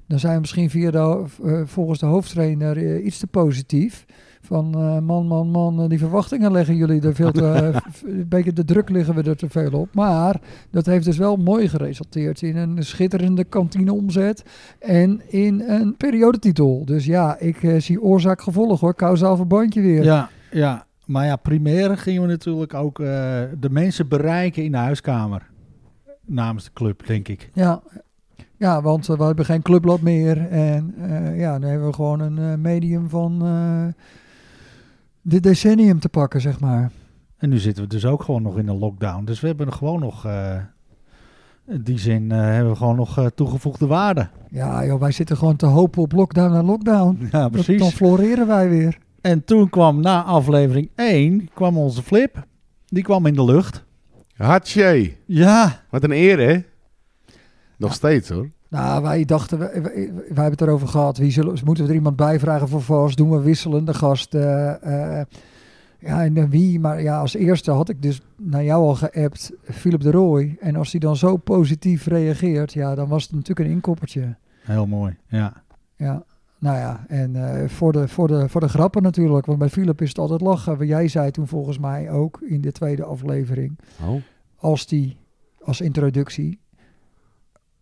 dan zijn we misschien via de, ho- eh, volgens de hoofdtrainer eh, iets te positief. Van eh, man, man, man, eh, die verwachtingen leggen jullie er veel te... eh, v- een beetje de druk liggen we er te veel op. Maar dat heeft dus wel mooi geresulteerd in een schitterende kantineomzet en in een periodetitel. Dus ja, ik eh, zie oorzaak-gevolg hoor, kausaal verbandje weer.
Ja, ja. Maar ja, primair gingen we natuurlijk ook eh, de mensen bereiken in de huiskamer. Namens de club, denk ik.
Ja, ja want eh, we hebben geen clubblad meer. En eh, ja, nu hebben we gewoon een eh, medium van eh dit decennium te pakken, zeg maar.
En nu zitten we dus ook gewoon nog in een lockdown. Dus we hebben er gewoon nog... eh, in die zin eh, hebben we gewoon nog eh, toegevoegde waarde.
Ja, joh, wij zitten gewoon te hopen op lockdown na lockdown.
Ja,
Dat- Dan floreren wij weer.
En toen kwam na aflevering 1, kwam onze flip. Die kwam in de lucht.
Hatsje.
Ja,
Wat een eer, hè? Nog steeds, hoor.
Nou, wij dachten, wij, wij- wij hebben het erover gehad. Wie zullen, moeten we er iemand bij vragen voor vast? Doen we wisselende gasten? eh, eh, ja, en dan wie? Maar ja, als eerste had ik dus naar jou al geappt, Philip de Rooij. En als die dan zo positief reageert, ja, dan was het natuurlijk een inkoppertje.
heel mooi. Ja,
Ja, nou ja, en eh, voor, de, voor, de, voor de grappen natuurlijk. Want bij Philip is het altijd lachen. Wat jij zei toen volgens mij ook in de tweede aflevering
Oh.
als die als introductie.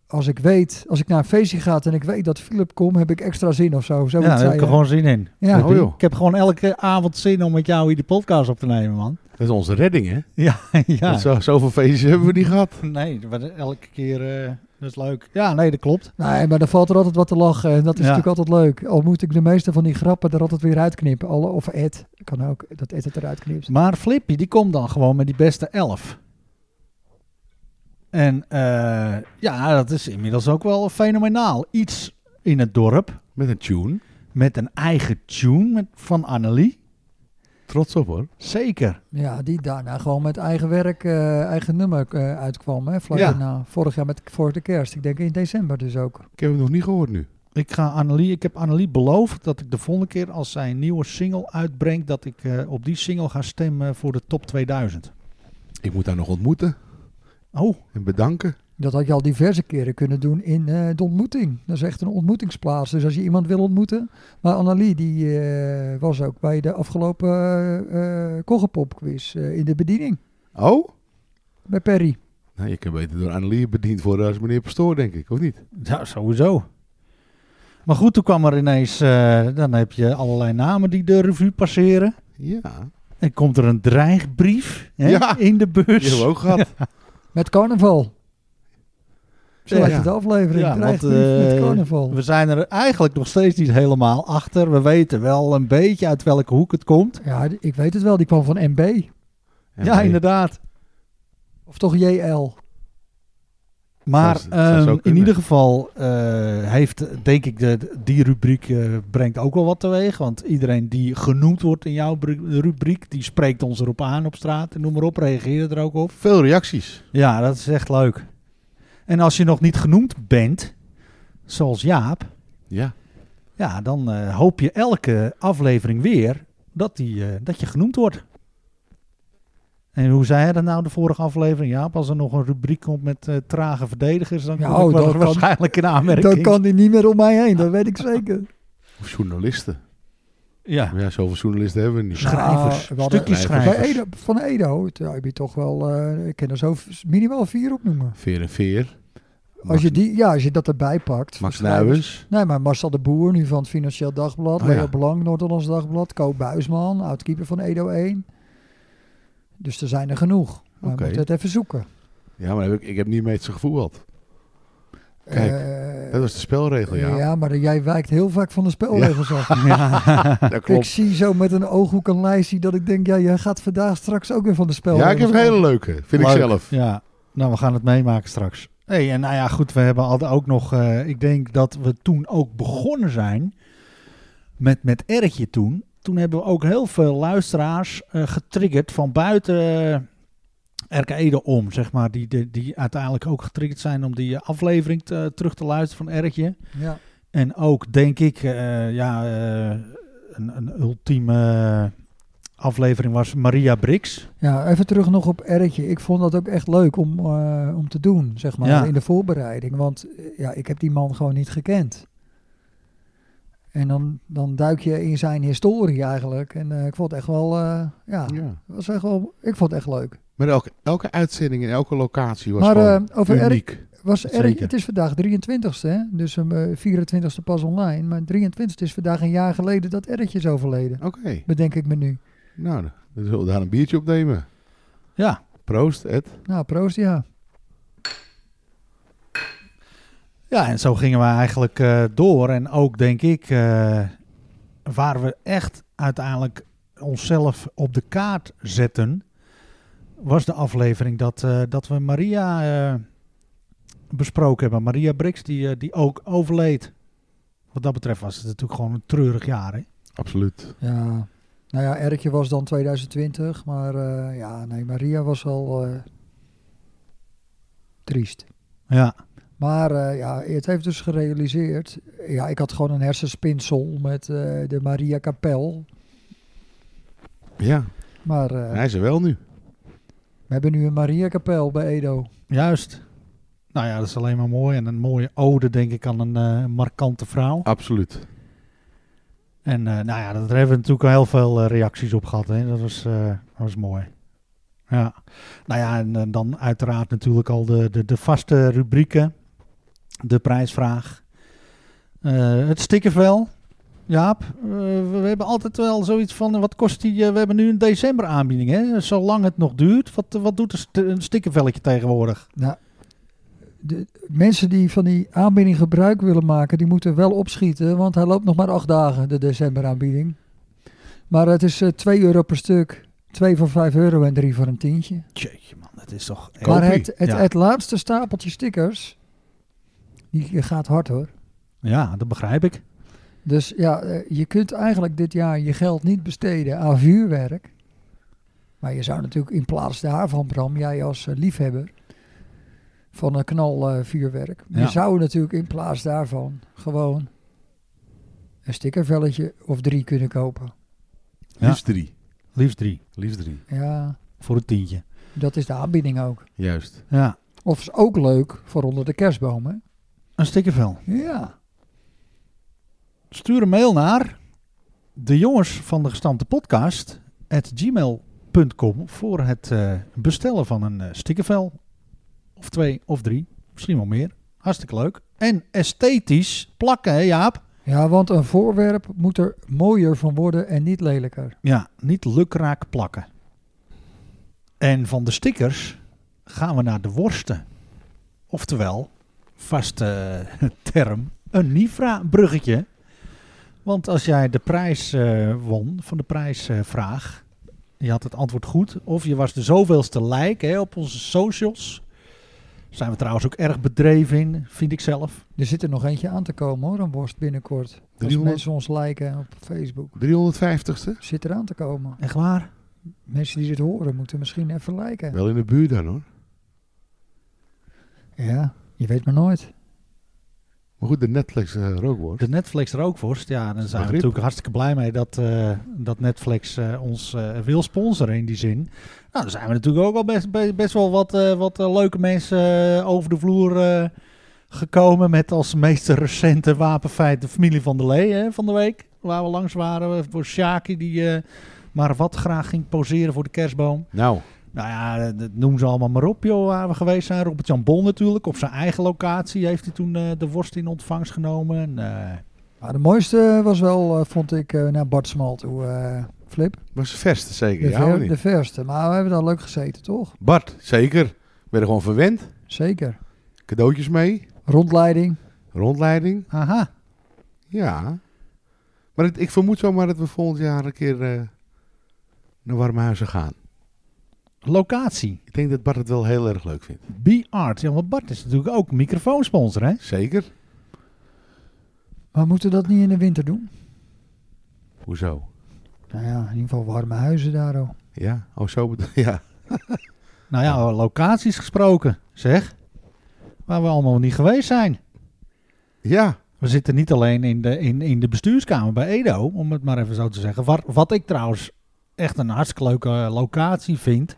Als ik weet, als ik naar een feestje ga en ik weet dat Philip komt, heb ik extra zin of zo. zo
ja daar heb ik er gewoon zin in.
ja.
Oh, joh.
Ik heb gewoon elke avond zin om met jou hier de podcast op te nemen, man.
Dat is onze redding, hè?
Ja, ja.
Want Zo, zoveel feestjes hebben we niet gehad.
Nee, dat was elke keer... eh, dat is leuk. Ja, nee, dat klopt.
Nee, maar dan valt er altijd wat te lachen en dat is
Ja.
natuurlijk altijd leuk. Al moet ik de meeste van die grappen er altijd weer uitknippen. Alle, of Ed, kan ook, dat Ed het eruit knipt.
Maar Flippy, die komt dan gewoon met die beste elf. En eh, ja, dat is inmiddels ook wel fenomenaal. Iets in het dorp
Met een tune.
met een eigen tune met- van Annelie.
Trots op, hoor.
Zeker.
Ja, die daarna gewoon met eigen werk, eh, eigen nummer eh, uitkwam. Hè, vlak
Ja.
daarna, vorig jaar met, voor de kerst. Ik denk in december dus ook.
Ik heb hem nog niet gehoord nu.
Ik, ga Annelie, ik heb Annelie beloofd dat ik de volgende keer als zij een nieuwe single uitbrengt, dat ik eh, op die single ga stemmen voor de top 2000.
Ik moet haar nog ontmoeten
Oh,
en bedanken.
Dat had je al diverse keren kunnen doen in eh, de ontmoeting. Dat is echt een ontmoetingsplaats. Dus als je iemand wil ontmoeten. Maar Annelie, die eh, was ook bij de afgelopen eh eh, Koggenpop-quiz eh, in de bediening
Oh?
bij Perry.
Nou, je kan beter door Annelie bediend worden als meneer Pastoor, denk ik, of niet?
ja, sowieso. Maar goed, toen kwam er ineens, eh, dan heb je allerlei namen die de revue passeren.
Ja.
En komt er een dreigbrief hè,
Ja.
in de
Die
bus.
hebben we ook gehad.
Met carnaval. Zo
Ja.
heet het de aflevering.
Ja,
Dreigbrief
want, eh,
met carnaval.
We zijn er eigenlijk nog steeds niet helemaal achter. We weten wel een beetje uit welke hoek het komt.
Ja, die- ik weet het wel. Die kwam van MB.
En
ja,
wij-
inderdaad.
Of toch JL.
Maar
Dat zou- dat zou
ehm, in
kunnen.
ieder geval eh, heeft, denk ik, de, die rubriek eh, brengt ook wel wat teweeg. Want iedereen die genoemd wordt in jouw bru- rubriek, die spreekt ons erop aan op straat. En noem maar op, reageer er ook op.
Veel reacties.
Ja, dat is echt leuk. En als je nog niet genoemd bent, zoals Jaap,
Ja.
ja, dan eh, hoop je elke aflevering weer dat, die, eh, dat je genoemd wordt. En hoe zei hij dat nou de vorige aflevering? Ja, als er nog een rubriek komt met eh, trage verdedigers, dan
Ja,
kom ik
oh,
wel
dat kan-
waarschijnlijk in aanmerking.
Dan kan die niet meer om mij heen, dat weet ik zeker.
Of journalisten.
Ja,
Maar ja, zoveel journalisten hebben we niet.
Schrijf-
schrijvers,
Nou, we hadden-
stukjes
Bij
schrijvers.
Edo, van Edo het- ja, heb je toch wel, eh, ik ken er zo v- minimaal vier opnoemen.
Veer en Veer.
Als je, die, ja, als je dat erbij pakt.
Max
schrijvers-
Nuijens.
Nee, maar Marcel de Boer, nu van het Financieel Dagblad.
Oh,
Leo
ja.
Belang, Noord-Hollands Dagblad. Ko Buisman, oud-keeper van Edo 1. Dus er zijn er genoeg. Maar
Oké.
we moeten het even zoeken.
Ja, maar heb ik, ik heb niet mee te gevoetbald. Kijk,
Eh,
Dat was de spelregel, ja.
ja. maar jij wijkt heel vaak van de spelregels af.
Dat
Ik
klopt.
zie zo met een ooghoek een lijstje dat ik denk, ja, jij gaat vandaag straks ook weer van de spelregels
Ja, ik heb een
af.
hele leuke. Vind ik
Leuk.
zelf.
Ja, nou we gaan het meemaken straks. hey, en nou ja, goed, we hebben al ook nog, eh, ik denk dat we toen ook begonnen zijn met, met Erkje toen. Toen hebben we ook heel veel luisteraars eh, getriggerd van buiten eh, RK Ede om, zeg maar. Die, die, die uiteindelijk ook getriggerd zijn om die eh, aflevering te- terug te luisteren van Erkje.
Ja.
En ook, denk ik, eh, ja, eh, een, een ultieme aflevering was Maria Brix.
Ja, even terug nog op Erretje. Ik vond dat ook echt leuk om, eh, om te doen, zeg maar,
Ja.
in de voorbereiding. Want eh, ja, ik heb die man gewoon niet gekend. En dan, dan duik je in zijn historie eigenlijk. En eh, ik vond het echt wel, eh, ja,
Ja.
was echt wel, ik vond het echt leuk. Maar,
Maar elke, elke uitzending in elke locatie was
eh
gewoon
over Erk,
uniek.
was Erk,
Zeker.
het is vandaag 23ste, hè? dus hem, eh, 24ste pas online. Maar 23ste is vandaag een jaar geleden dat Erretje is overleden,
Oké.
bedenk ik me nu.
Nou, dan zullen we daar een biertje op nemen.
Ja,
Proost, Ed.
Nou, proost ja.
Ja, en zo gingen we eigenlijk eh, door. En ook, denk ik, eh, waar we echt uiteindelijk onszelf op de kaart zetten, was de aflevering dat, eh, dat we Maria eh, besproken hebben. Maria Brix, die, eh, die ook overleed. Wat dat betreft was het natuurlijk gewoon een treurig jaar. Hè?
Absoluut.
Ja, nou ja, Erkje was dan 2020, maar eh, ja, nee, Maria was wel eh, triest.
Ja,
Maar eh, ja, het heeft dus gerealiseerd. Ja, ik had gewoon een hersenspinsel met eh, de Maria Kapel.
Ja,
Maar eh,
hij is er wel nu.
we hebben nu een Maria Kapel bij Edo.
juist. Nou ja, dat is alleen maar mooi. En een mooie ode, denk ik, aan een eh, markante vrouw.
Absoluut.
En eh, nou ja, daar hebben we natuurlijk al heel veel eh, reacties op gehad. Hè. Dat, was, eh, dat was mooi. Ja. Nou ja, en eh, dan uiteraard natuurlijk al de, de, de vaste rubrieken. De prijsvraag. Eh, het stickervel. Jaap, eh, we, we hebben altijd wel zoiets van, eh, wat kost die, eh, we hebben nu een december aanbieding, hè? zolang het nog duurt. Wat, eh, wat doet een, st- een stickervelletje tegenwoordig?
De mensen die van die aanbieding gebruik willen maken, die moeten wel opschieten, want hij loopt nog maar acht dagen, de decemberaanbieding. Maar het is eh 2 euro per stuk, 2 voor 5 euro en 3 voor een tientje.
Jeetje man, dat is toch...
Koop
Maar
die.
het, het,
Ja.
het laatste stapeltje stickers, die gaat hard hoor.
Ja, dat begrijp ik.
Dus ja, eh, je kunt eigenlijk dit jaar je geld niet besteden aan vuurwerk. Maar je zou natuurlijk in plaats daarvan, Bram, jij als eh, liefhebber van een knal eh, vuurwerk.
Ja.
Je zou natuurlijk in plaats daarvan gewoon een stickervelletje of drie kunnen kopen.
Ja.
Liefst drie.
Liefst drie,
Liefst drie.
Ja,
voor een tientje.
dat is de aanbieding ook.
Juist.
Ja,
Of is ook leuk voor onder de kerstbomen.
een stickervel.
Ja.
Stuur een mail naar de jongens van de gestampte podcast gmail.com voor het eh, bestellen van een eh, stickervel. Of twee of drie, misschien wel meer. Hartstikke leuk. En esthetisch plakken, hè Jaap?
Ja, want een voorwerp moet er mooier van worden en niet lelijker.
Ja, niet lukraak plakken. En van de stickers gaan we naar de worsten. Oftewel, vaste eh, term, een Nifra-bruggetje. Want als jij de prijs eh, won van de prijsvraag, je had het antwoord goed, of je was de zoveelste like hè, op onze socials. Zijn we trouwens ook erg bedreven in, vind ik zelf.
Er zit er nog eentje aan te komen hoor, een worst binnenkort. Als
300
mensen ons liken op Facebook.
350ste?
Zit er aan te komen.
Echt waar?
Mensen die dit horen moeten misschien even liken.
Wel in de buurt dan hoor.
Ja, je weet maar nooit.
Maar goed, de Netflix eh, rookworst.
De Netflix rookworst, ja, dan zijn we
Begrip.
natuurlijk hartstikke blij mee dat, eh, dat Netflix eh, ons eh, wil sponsoren in die zin. Nou, dan zijn we natuurlijk ook al best, be- best wel wat, eh, wat eh, leuke mensen eh, over de vloer eh, gekomen. Met als meest recente wapenfeit de familie van de Lee hè, van de week. Waar we langs waren eh, voor Sjaki, die eh, maar wat graag ging poseren voor de kerstboom.
Nou,
Nou ja, eh, dat noem ze allemaal maar op, joh, waar we geweest zijn. Robert-Jan Bol natuurlijk, op zijn eigen locatie heeft hij toen eh, de worst in ontvangst genomen. En, eh,
Maar de mooiste was wel, eh, vond ik, eh, naar Bart Smalt toe, eh, Flip.
was het verste zeker.
De,
Ja, of
ver,
niet?
de verste. Maar we hebben daar leuk gezeten, toch?
Bart, zeker. Ik ben er gewoon verwend.
Zeker.
Cadeautjes mee.
Rondleiding.
Rondleiding.
aha.
Ja. Maar het- ik vermoed zomaar dat we volgend jaar een keer eh, naar Warmhuizen gaan.
Locatie.
Ik denk dat Bart het wel heel erg leuk vindt.
B-Art. Ja, want Bart is natuurlijk ook microfoonsponsor, hè?
Zeker.
Maar moeten we dat niet in de winter doen?
Hoezo?
Nou ja, in ieder geval warme huizen daar al.
Ja. Oh, zo bedoel Ja.
Nou ja, over locaties gesproken, zeg. Waar we allemaal niet geweest zijn.
Ja.
We zitten niet alleen in de, in, in de bestuurskamer bij Edo, om het maar even zo te zeggen. Wat, wat ik trouwens echt een hartstikke leuke eh, locatie vind.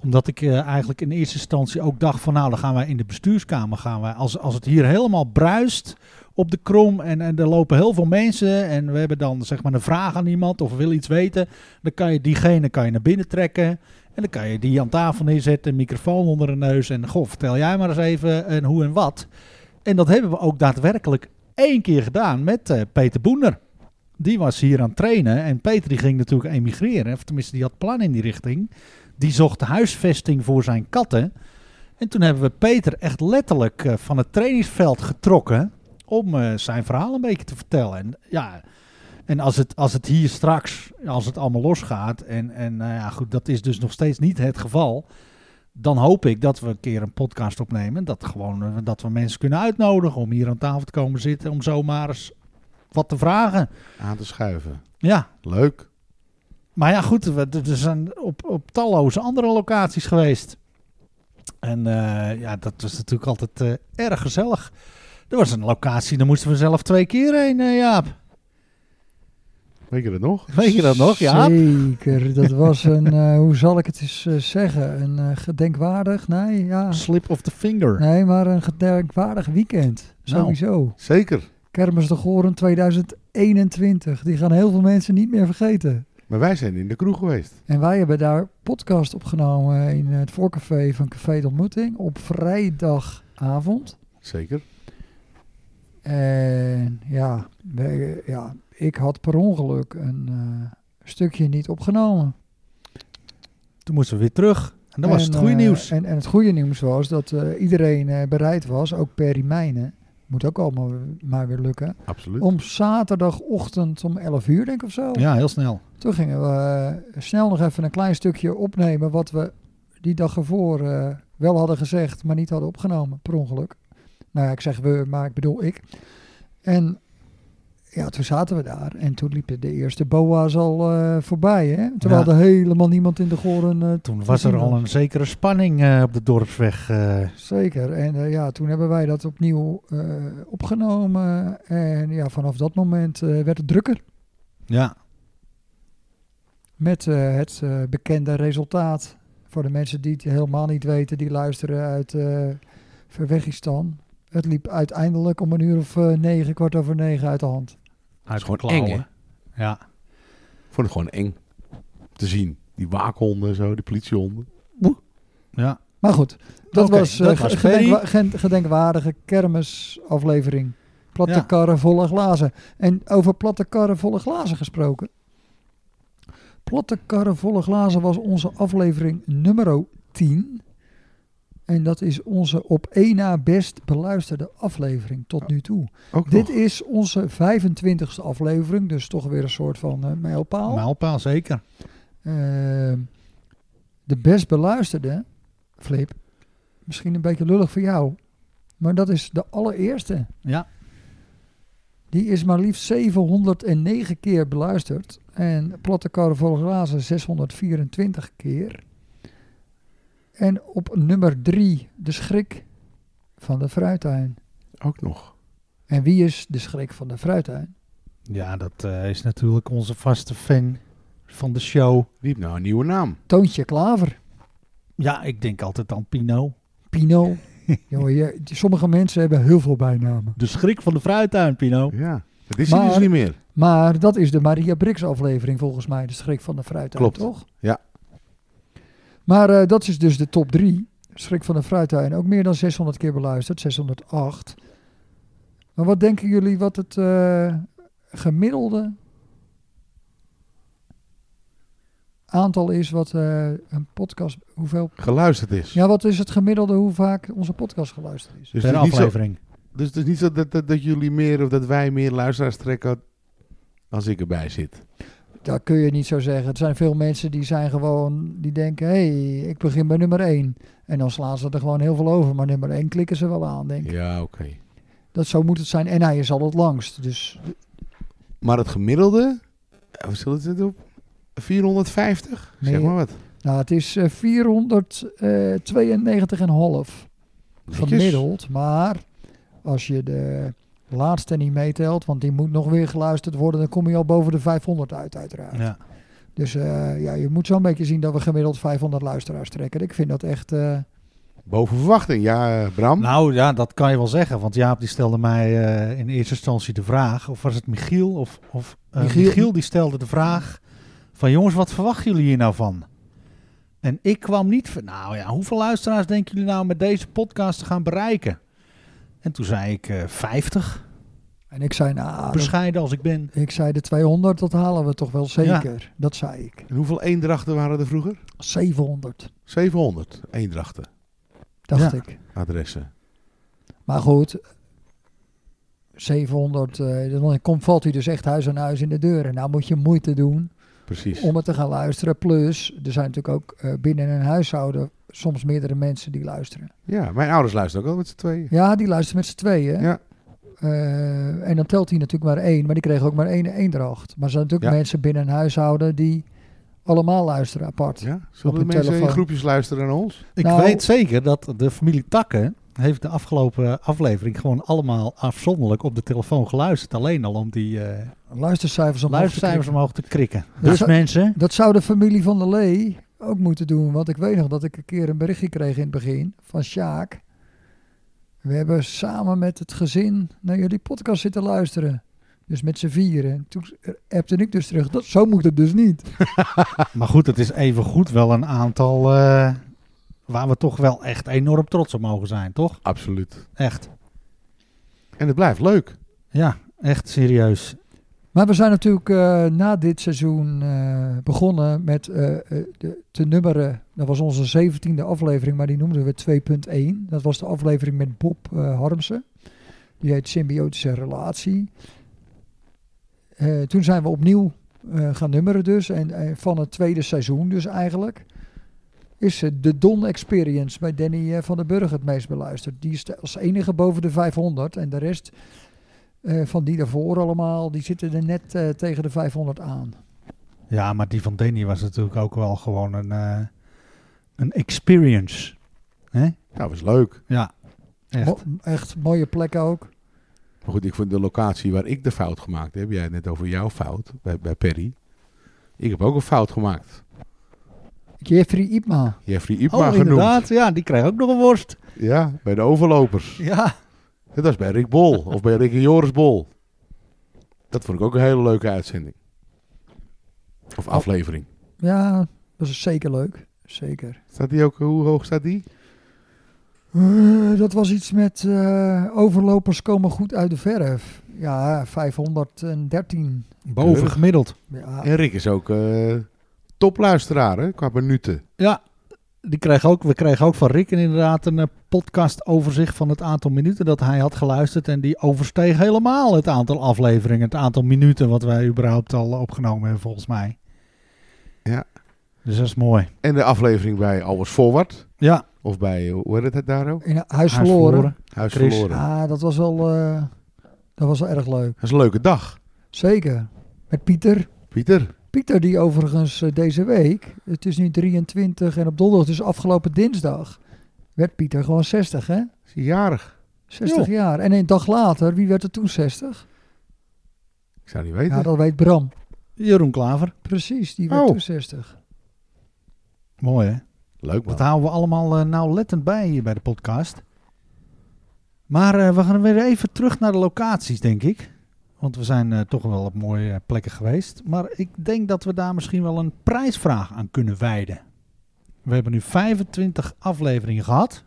Omdat ik eh, eigenlijk in eerste instantie ook dacht van nou, dan gaan wij in de bestuurskamer gaan wij. Als, als het hier helemaal bruist op de krom en, en er lopen heel veel mensen en we hebben dan zeg maar een vraag aan iemand of we willen iets weten. Dan kan je diegene kan je naar binnen trekken en dan kan je die aan tafel neerzetten, een microfoon onder de neus en goh, vertel jij maar eens even en hoe en wat. En dat hebben we ook daadwerkelijk één keer gedaan met eh, Peter Boender. Die was hier aan het trainen en Peter die ging natuurlijk emigreren. Of tenminste, die had plannen in die richting. Die zocht huisvesting voor zijn katten. En toen hebben we Peter echt letterlijk eh, van het trainingsveld getrokken om eh, zijn verhaal een beetje te vertellen. En ja, en als het, als het hier straks, als het allemaal losgaat, en, en nou ja, goed, dat is dus nog steeds niet het geval. Dan hoop ik dat we een keer een podcast opnemen. Dat, gewoon, eh, dat we mensen kunnen uitnodigen om hier aan tafel te komen zitten. Om zomaar eens wat te vragen.
Aan te schuiven.
Ja,
Leuk.
maar ja, goed, we, d- we zijn op, op talloze andere locaties geweest. En eh, ja, dat was natuurlijk altijd eh, erg gezellig. Er was een locatie, daar moesten we zelf twee keer heen, eh, Jaap.
Weet je dat nog?
Weet je dat nog, Jaap?
Zeker. Dat was een, eh, hoe zal ik het eens eh, zeggen? Een eh, gedenkwaardig, nee, ja.
Slip of the finger.
Nee, maar een gedenkwaardig weekend.
Nou.
Sowieso.
Zeker.
Kermis de Goren 2021. Die gaan heel veel mensen niet meer vergeten.
Maar wij zijn in de kroeg geweest.
En wij hebben daar podcast opgenomen in het voorcafé van Café de Ontmoeting op vrijdagavond.
Zeker.
En ja, we- ja ik had per ongeluk een eh, stukje niet opgenomen.
Toen moesten we weer terug. En dat was het
En,
goede
eh,
nieuws.
En, en het goede nieuws was dat eh, iedereen eh, bereid was, ook Perry Mijnen, moet ook allemaal maar weer lukken,
Absoluut.
om zaterdagochtend om 11 uur denk ik of zo.
Ja, heel snel.
Toen gingen we eh, snel nog even een klein stukje opnemen wat we die dag ervoor eh, wel hadden gezegd, maar niet hadden opgenomen, per ongeluk. Nou ja, ik zeg we, maar ik bedoel ik. En ja, toen zaten we daar en toen liepen de eerste boa's al eh, voorbij. Hè? Terwijl
Ja.
er helemaal niemand in de goren... eh,
Toen was er al een zekere spanning eh, op de dorpsweg. eh.
Zeker. En eh, ja, toen hebben wij dat opnieuw eh, opgenomen. En ja, vanaf dat moment eh, werd het drukker.
ja,
Met eh, het eh, bekende resultaat. Voor de mensen die het helemaal niet weten, die luisteren uit eh Verwegistan. Het liep uiteindelijk om een uur of eh, negen, kwart over negen uit de hand.
uit
gewoon
de klauwen.
eng,
Ja.
Ik vond het gewoon eng te zien. Die waakhonden en zo, die politiehonden.
ja.
Maar goed, dat
Oké,
was, eh,
dat
ge-
was
gedenkwa- gen- gedenkwaardige kermisaflevering. Platte
Ja.
karren, volle glazen. En over platte karren, volle glazen gesproken. Platte karren, volle glazen was onze aflevering nummer 10. En dat is onze op één na best beluisterde aflevering tot nu toe.
Oh.
Ook
Dit
nog.
is onze 25ste aflevering, dus toch weer een soort van eh mijlpaal.
Mijlpaal, zeker.
Ehm, de best beluisterde, Flip, misschien een beetje lullig voor jou, maar dat is de allereerste.
Ja.
Die is maar liefst 709 keer beluisterd en Platte Karren Volle Glazen 624 keer. En op nummer 3 de schrik van de fruituin.
Ook nog.
En wie is de schrik van de fruituin?
Ja, dat eh, is natuurlijk onze vaste fan van de show.
Die heeft nou een nieuwe naam.
Toontje Klaver,
Ja, ik denk altijd aan Pino.
Pino. Jongen, je- sommige mensen hebben heel veel bijnamen.
De schrik van de fruituin, Pino.
Ja. Dat is hij
Maar-
dus niet meer.
Maar dat is de Maria Brix aflevering volgens mij, de schrik van de fruituin,
Klopt.
toch?
Ja.
Maar eh, dat is dus de top 3. Schrik van de fruituin, ook meer dan 600 keer beluisterd, 608. Maar wat denken jullie wat het eh, gemiddelde aantal is wat eh, een podcast, hoeveel...
Geluisterd is.
Ja, wat is het gemiddelde hoe vaak onze podcast geluisterd is?
Dus,
Per
het is niet zo,
aflevering.
dus het is niet zo dat, dat, dat jullie meer of dat wij meer luisteraars trekken als ik erbij zit.
Dat kun je niet zo zeggen. Er zijn veel mensen die zijn gewoon, die denken, hé, hey, ik begin bij nummer 1. En dan slaan ze er gewoon heel veel over. Maar nummer 1 klikken ze wel aan, denk ik.
Ja, oké.
Dat zo moet het zijn. En hij is al het langst. Dus
Maar het gemiddelde, eh, hoe zullen het op? 450?
Nee.
Zeg maar wat.
nou, het is eh, 492,5 gemiddeld. Maar als je de laatste niet meetelt, want die moet nog weer geluisterd worden, dan kom je al boven de 500 uit, uiteraard.
Ja.
Dus eh, ja, je moet zo'n beetje zien dat we gemiddeld 500 luisteraars trekken. Ik vind dat echt... eh,
Boven verwachting, ja, eh, Bram.
Nou ja, dat kan je wel zeggen. Want Jaap die stelde mij eh, in eerste instantie de vraag. Of was het Michiel? Of, of eh,
Michiel.
Michiel. die stelde de vraag van jongens, wat verwachten jullie hier nou van? En ik kwam niet van, nou ja, hoeveel luisteraars denken jullie nou met deze podcast te gaan bereiken? En toen zei ik eh 50,
en ik zei, nou, dat
bescheiden als ik ben.
Ik zei de 200, dat halen we toch wel zeker. Dat zei ik.
En hoeveel eendrachten waren er vroeger?
700,
700 eendrachten,
dacht
Ja.
ik.
adressen.
Maar goed, 700, eh, dan komt, valt hij dus echt huis aan huis in de deur. En nou moet je moeite doen
Precies.
om het te gaan luisteren. Plus, er zijn natuurlijk ook eh, binnen een huishouden soms meerdere mensen die luisteren.
Ja, mijn ouders luisteren ook al met z'n tweeën.
Ja, die luisteren met z'n tweeën.
Ja.
Eh, en dan telt hij natuurlijk maar één, maar die kreeg ook maar één eendracht. Maar er zijn natuurlijk
Ja.
mensen binnen een huishouden die allemaal luisteren apart.
Ja?
Op
Zullen
hun
de mensen
telefoon.
in groepjes luisteren naar ons?
Ik
Nou-
weet zeker dat de familie Takken heeft de afgelopen aflevering gewoon allemaal afzonderlijk op de telefoon geluisterd. Alleen al om die eh,
Luistercijfers omhoog. te
luistercijfers
krikken.
omhoog te krikken.
Ja.
Dus
Zo-
mensen,
Dat zou de familie van der Lee ook moeten doen. Want ik weet nog dat ik een keer een berichtje kreeg in het begin van Sjaak. We hebben samen met het gezin naar jullie podcast zitten luisteren. Dus met z'n vieren. Toen appte ik dus terug. Dat, zo moet het dus niet.
Maar goed, het is evengoed wel een aantal eh, waar we toch wel echt enorm trots op mogen zijn, toch?
Absoluut.
Echt.
En het blijft leuk.
Ja, echt serieus.
Maar we zijn natuurlijk eh, na dit seizoen eh, begonnen met eh, eh, de, te nummeren. Dat was onze zeventiende aflevering, maar die noemden we 2.1. Dat was de aflevering met Bob eh, Harmsen. Die heet Symbiotische Relatie. Eh, toen zijn we opnieuw eh, gaan nummeren dus. En eh, van het tweede seizoen dus eigenlijk... is eh, de Don Experience bij Danny eh, van den Burg het meest beluisterd. Die is de- als enige boven de 500. En de rest eh, van die daarvoor allemaal, die zitten er net eh, tegen de 500 aan.
Ja, maar die van Danny was natuurlijk ook wel gewoon een, eh, een experience.
Nou, was leuk.
Ja, echt.
Mo- echt mooie plek ook.
Maar goed, ik vond de locatie waar ik de fout gemaakt heb. Jij had het net over jouw fout bij, bij Perry. Ik heb ook een fout gemaakt.
Jeffrey Ipma.
Jeffrey Ipma
oh,
genoemd.
inderdaad. Ja, die kreeg ook nog een worst.
Ja, bij de overlopers.
Ja.
Dat was bij Rick Bol of bij Rick en Joris Bol. Dat vond ik ook een hele leuke uitzending. Of aflevering.
Ja, dat is zeker leuk. Zeker.
Staat die ook, hoe hoog staat die?
Eh, dat was iets met eh, overlopers komen goed uit de verf. Ja, 513.
Boven
Keurig.
gemiddeld.
Ja,
En Rick is ook eh, topluisteraar hè, qua minuten.
Ja, die kreeg ook, we kregen ook van Rick inderdaad een eh, podcastoverzicht van het aantal minuten dat hij had geluisterd. En die oversteeg helemaal het aantal afleveringen, het aantal minuten wat wij überhaupt al opgenomen hebben volgens mij.
Ja.
Dus dat is mooi.
En de aflevering bij Albers Forward.
Ja,
Of bij, hoe heet het daar ook?
in Huis, verloren.
Huis
Chris.
verloren.
Ah, dat was wel, eh, dat was wel erg leuk.
Dat is een leuke dag.
Zeker. Met Pieter.
Pieter,
Pieter die overigens eh, deze week, het is nu 23 en op donderdag, dus afgelopen dinsdag, werd Pieter gewoon 60 hè?
is hij jarig?
60
Joh.
jaar. En een dag later, wie werd er toen 60?
Ik zou niet weten.
Ja, dat weet Bram.
Jeroen Klaver.
Precies, die werd
Oh.
toen 60.
Mooi hè?
Leuk
Dat
man.
houden we allemaal eh, nauwlettend bij hier bij de podcast. Maar eh, we gaan weer even terug naar de locaties, denk ik. Want we zijn eh, toch wel op mooie eh, plekken geweest. Maar ik denk dat we daar misschien wel een prijsvraag aan kunnen wijden. We hebben nu 25 afleveringen gehad.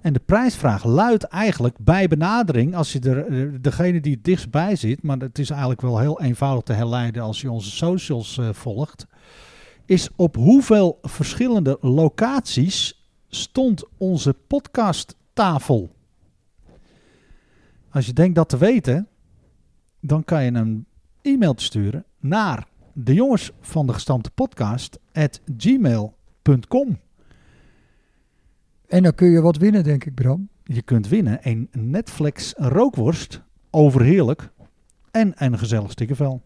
En de prijsvraag luidt eigenlijk bij benadering, als je er, eh, degene die het dichtstbij zit, maar het is eigenlijk wel heel eenvoudig te herleiden als je onze socials eh, volgt, is op hoeveel verschillende locaties stond onze podcasttafel? Als je denkt dat te weten, dan kan je een e-mail sturen naar de jongens van de gestampte podcast at gmail.com.
En dan kun je wat winnen, denk ik, Bram.
Je kunt winnen een Netflix rookworst, overheerlijk, en een gezellig stikkervel.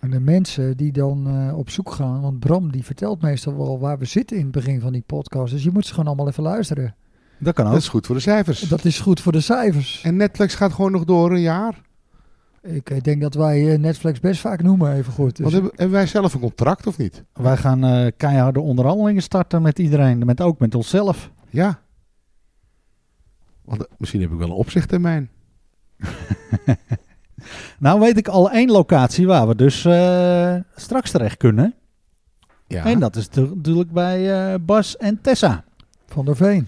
En de mensen die dan eh, op zoek gaan, want Bram die vertelt meestal wel waar we zitten in het begin van die podcast. Dus je moet ze gewoon allemaal even luisteren.
Dat kan
Dat
ook.
is goed voor de cijfers.
Dat is goed voor de cijfers.
En Netflix gaat gewoon nog door een
Dus-
jaar.
Ik eh, denk dat wij eh, Netflix best vaak noemen, even goed.
Want
Dus
hebben, hebben wij zelf een contract of niet?
Wij gaan eh keiharde onderhandelingen starten met iedereen, met, ook met onszelf.
Ja. Want eh, misschien heb ik wel een opzichttermijn.
Nou weet ik al één locatie waar we dus eh, straks terecht kunnen.
Ja.
En dat is tu- natuurlijk bij eh, Bas en Tessa.
Van der Veen.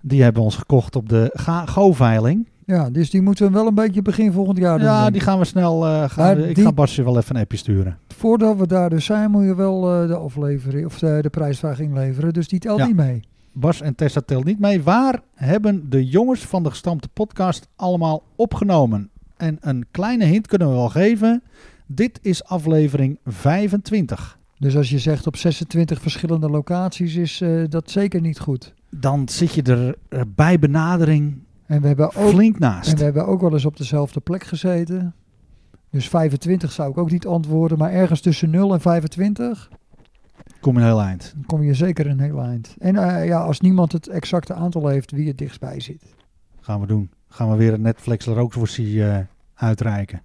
Die hebben ons gekocht op de Ga- Go-veiling.
Ja, dus die moeten we wel een beetje begin volgend jaar
Ja,
doen. denk
die
ik.
gaan we snel... eh, gaan
Maar
we- ik
die-
ga Basje wel even een appje sturen.
Voordat we daar dus zijn, moet je wel eh, de aflevering of de, de prijsvraag inleveren. Dus die telt
Ja.
niet mee.
Bas en Tessa telt niet mee. Waar hebben de jongens van de gestampte podcast allemaal opgenomen? En een kleine hint kunnen we wel geven. Dit is aflevering 25.
Dus als je zegt op 26 verschillende locaties, is eh, dat zeker niet goed.
Dan zit je er eh, bij benadering
En we hebben ook
flink
En we
naast.
hebben ook wel eens op dezelfde plek gezeten. Dus 25 zou ik ook niet antwoorden. Maar ergens tussen 0 en 25
Kom je een heel eind.
dan kom je zeker een heel eind. En eh, ja, als niemand het exacte aantal heeft wie het dichtstbij zit.
Gaan we doen. Gaan we weer een Netflix rookworstje eh uitreiken.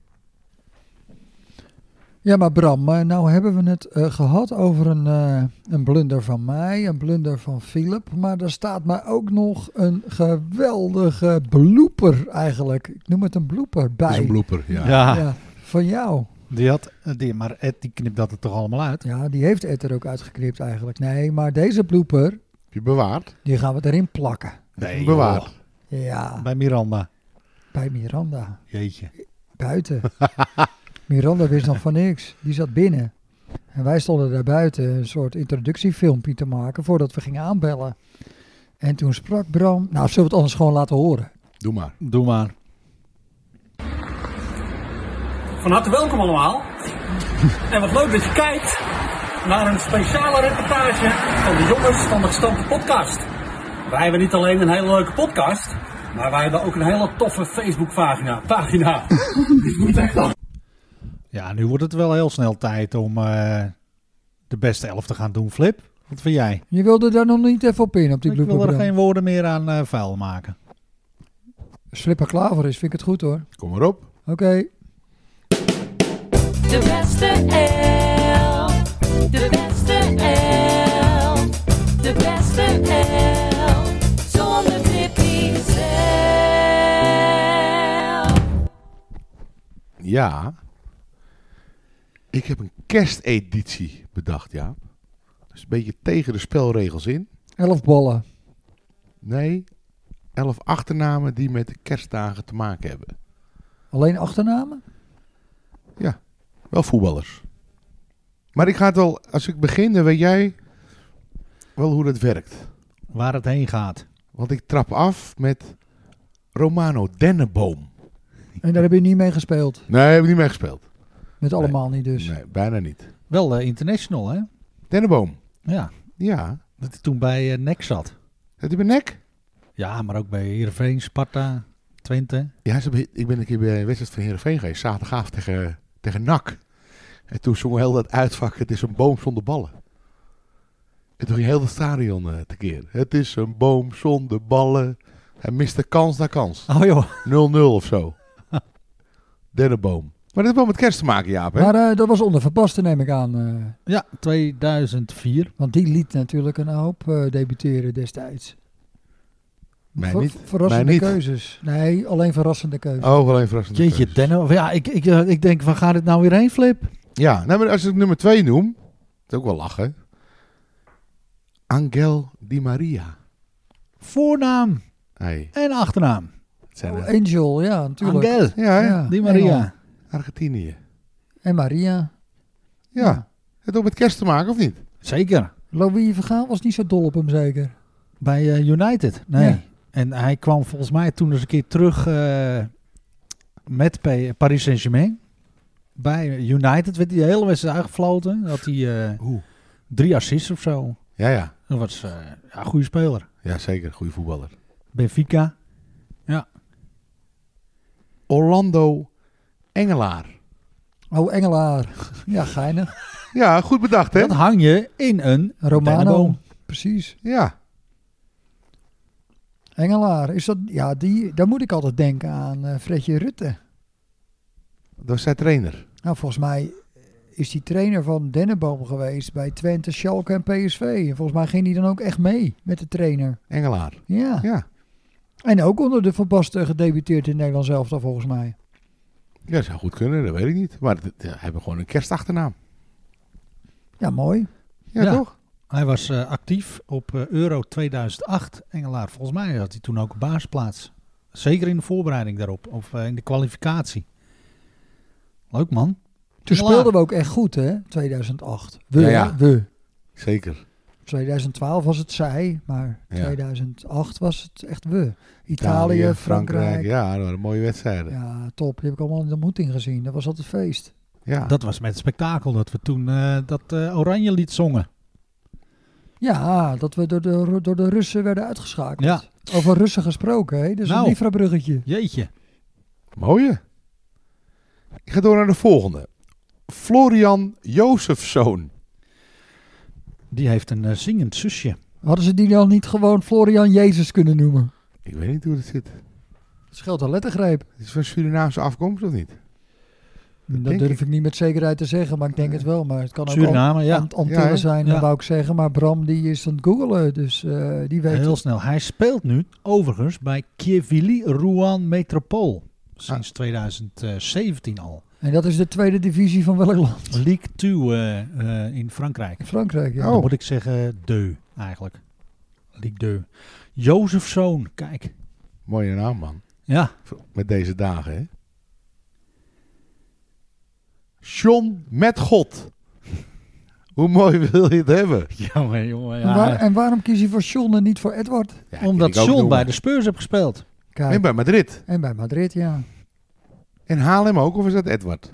Ja, maar Bram, eh, nou hebben we het eh, gehad over een, eh, een blunder van mij, een blunder van Philip. Maar er staat mij ook nog een geweldige blooper eigenlijk. Ik noem het een blooper bij.
Dat is een blooper, Ah. ja.
Ja, van jou.
Die had, eh, die, maar Ed die knipt dat er toch allemaal uit.
Ja, die heeft Ed er ook uitgeknipt eigenlijk. Nee, maar deze blooper,
Heb je bewaard?
Die gaan we erin plakken.
Nee,
bewaard.
Ja,
Bij Miranda.
bij Miranda.
Jeetje.
Buiten. Miranda wist nog van niks. Die zat binnen. En wij stonden daar buiten een soort introductiefilmpje te maken voordat we gingen aanbellen. En toen sprak Bram. Nou, zullen we het anders gewoon laten horen?
Doe maar.
Doe maar.
Van harte welkom allemaal. En wat leuk dat je kijkt naar een speciale reportage van de jongens van de Gestampte Podcast. Wij hebben niet alleen een hele leuke podcast, maar wij hebben ook een hele toffe Facebookpagina. Pagina.
Ja, nu wordt het wel heel snel tijd om eh, de beste elf te gaan doen, Flip. Wat vind jij?
Je wilde daar nog niet even op in, op die
Ik wil
blooper
er
Bram.
geen woorden meer aan eh, vuil maken.
Slipper klaver is, vind ik het goed hoor.
Kom maar op.
Oké.
De beste elf. De beste elf. De beste elf. Zonder Tippy zelf.
Ja. Ik heb een kersteditie bedacht, Jaap. Dus een beetje tegen de spelregels in.
Elf ballen.
Nee, elf achternamen die met de kerstdagen te maken hebben.
Alleen achternamen?
Wel voetballers. Maar ik ga het wel, als ik begin, dan weet jij wel hoe dat werkt.
Waar het heen gaat.
Want ik trap af met Romano Dennenboom.
En daar heb je niet mee gespeeld.
Nee, heb ik niet meegespeeld.
Met allemaal niet dus.
Nee, bijna niet.
Wel eh, international, hè?
Dennenboom.
Ja.
Ja.
Dat hij toen bij eh, NEC zat.
Zet hij mijn nek?
Ja, maar ook bij Heerenveen, Sparta, Twente.
Ja, ze hebben- ik ben een keer bij een wedstrijd van Heerenveen geweest. Zaterdagavond tegen, tegen NAC. En toen zong heel dat uitvak, het is een boom zonder ballen. En toen ging heel het stadion eh, tekeer. Het is een boom zonder ballen. Hij miste kans na kans.
Oh joh.
0-0 of zo. Dennenboom. Maar dat heeft wel met kerst te maken, Jaap. Hè?
Maar eh, dat was onder Van Basten, neem ik aan. eh,
Ja, 2004.
want die liet natuurlijk een hoop eh, debuteren destijds.
Mij
Ver-
niet.
Verrassende
Mij niet.
keuzes. Nee, alleen verrassende keuzes.
Oh, alleen verrassend.
Jeetje, Denno. Ja, ik, ik, eh, ik denk, waar gaat het nou weer heen, Flip?
Ja, nou, maar als ik nummer 2 noem, dat is ook wel lachen. Angel Di Maria.
Voornaam
Hey,
en achternaam.
het zijn
Oh,
er-
Angel, ja, natuurlijk.
Angel.
Ja, hè?
Ja,
Die Maria.
Engel.
Argentinië.
En Maria.
Ja. Het ook met kerst te maken, of niet?
Zeker.
Louis Vergaal was niet zo dol op hem, zeker.
Bij eh, United. Nee.
Ja.
En hij kwam volgens mij toen eens een keer terug eh, met P- Paris Saint-Germain. Bij United werd hij de hele wedstrijd uitgefloten. Had hij eh,
Oeh.
drie assists of zo.
Ja, ja.
Dat was eh, ja, een goede speler.
Ja, zeker. Goede voetballer.
Benfica.
Orlando Engelaar.
Oh, Engelaar. Ja, geinig.
Ja, goed bedacht, hè?
Dat hang je in een
Romano.
dennenboom.
Precies.
Ja.
Engelaar. Is dat, ja, die, daar moet ik altijd denken aan eh Fredje Rutte.
Dat was zijn trainer.
Nou, volgens mij is die trainer van Dennenboom geweest bij Twente, Schalke en PSV. En volgens mij ging die dan ook echt mee met de trainer.
Engelaar.
Ja.
Ja.
En ook onder de Van Basten gedebuteerd in Nederland zelf dan volgens mij.
Ja, zou goed kunnen. Dat weet ik niet. Maar het- ja, hij heeft gewoon een kerstachternaam.
Ja, mooi.
Ja,
Ja.
toch?
Hij was eh, actief op eh, Euro 2008. Engelaar, volgens mij had hij toen ook een baasplaats. Zeker in de voorbereiding daarop. Of eh, in de kwalificatie. Leuk man.
Toen
Engelaar.
speelden we ook echt goed, hè? 2008. We,
Ja, ja.
hè? we.
Zeker.
2012 was het zij, maar
Ja.
2008 was het echt we. Italië, Frankrijk. Ja.
Ja, dat waren mooie wedstrijden. Ja.
top. Die heb ik allemaal in de ontmoeting gezien. Dat was altijd feest.
Dat was met spektakel dat we toen eh, dat eh, Oranje lied zongen.
Ja, dat we door de, door de Russen werden uitgeschakeld.
Ja.
Over Russen gesproken, hè? Dus
Nou.
een Nifra-bruggetje.
Jeetje.
Mooie. Ik ga door naar de volgende. Florian Jozefzoon.
Die heeft een eh, zingend zusje.
Hadden ze die dan niet gewoon Florian Jezus kunnen noemen?
Ik weet niet hoe dat zit.
Het scheelt een lettergreep.
Is het van Surinaamse afkomst of niet?
Dat,
denk
durf
ik.
ik niet met zekerheid te zeggen, maar ik denk het wel. Maar het kan ook Ant-
Suriname, ja.
Ant- Antillen
Ja, hè?
zijn,
Ja.
dat wou ik zeggen. Maar Bram die is aan het googelen, dus eh, die weet
Heel snel. Hij speelt nu overigens bij Kievili Rouen Metropool. Sinds 2017 al.
En dat is de tweede divisie van welk land?
League 2 eh, eh, in Frankrijk.
Frankrijk, ja.
Dan moet ik zeggen Deu eigenlijk. Liek Deu. Jozefzoon, kijk.
Mooie naam, man.
Ja,
Met deze dagen, hè? John met God. Hoe mooi wil je het hebben?
jongen, jongen.
En, waar- en waarom kies je voor John en niet voor Edward?
Ja,
Omdat
kan ik ook
John
noemen.
bij de Spurs heeft gespeeld.
Kijk,
En bij Madrid.
en bij Madrid, ja.
En Haarlem ook, of is dat Edward?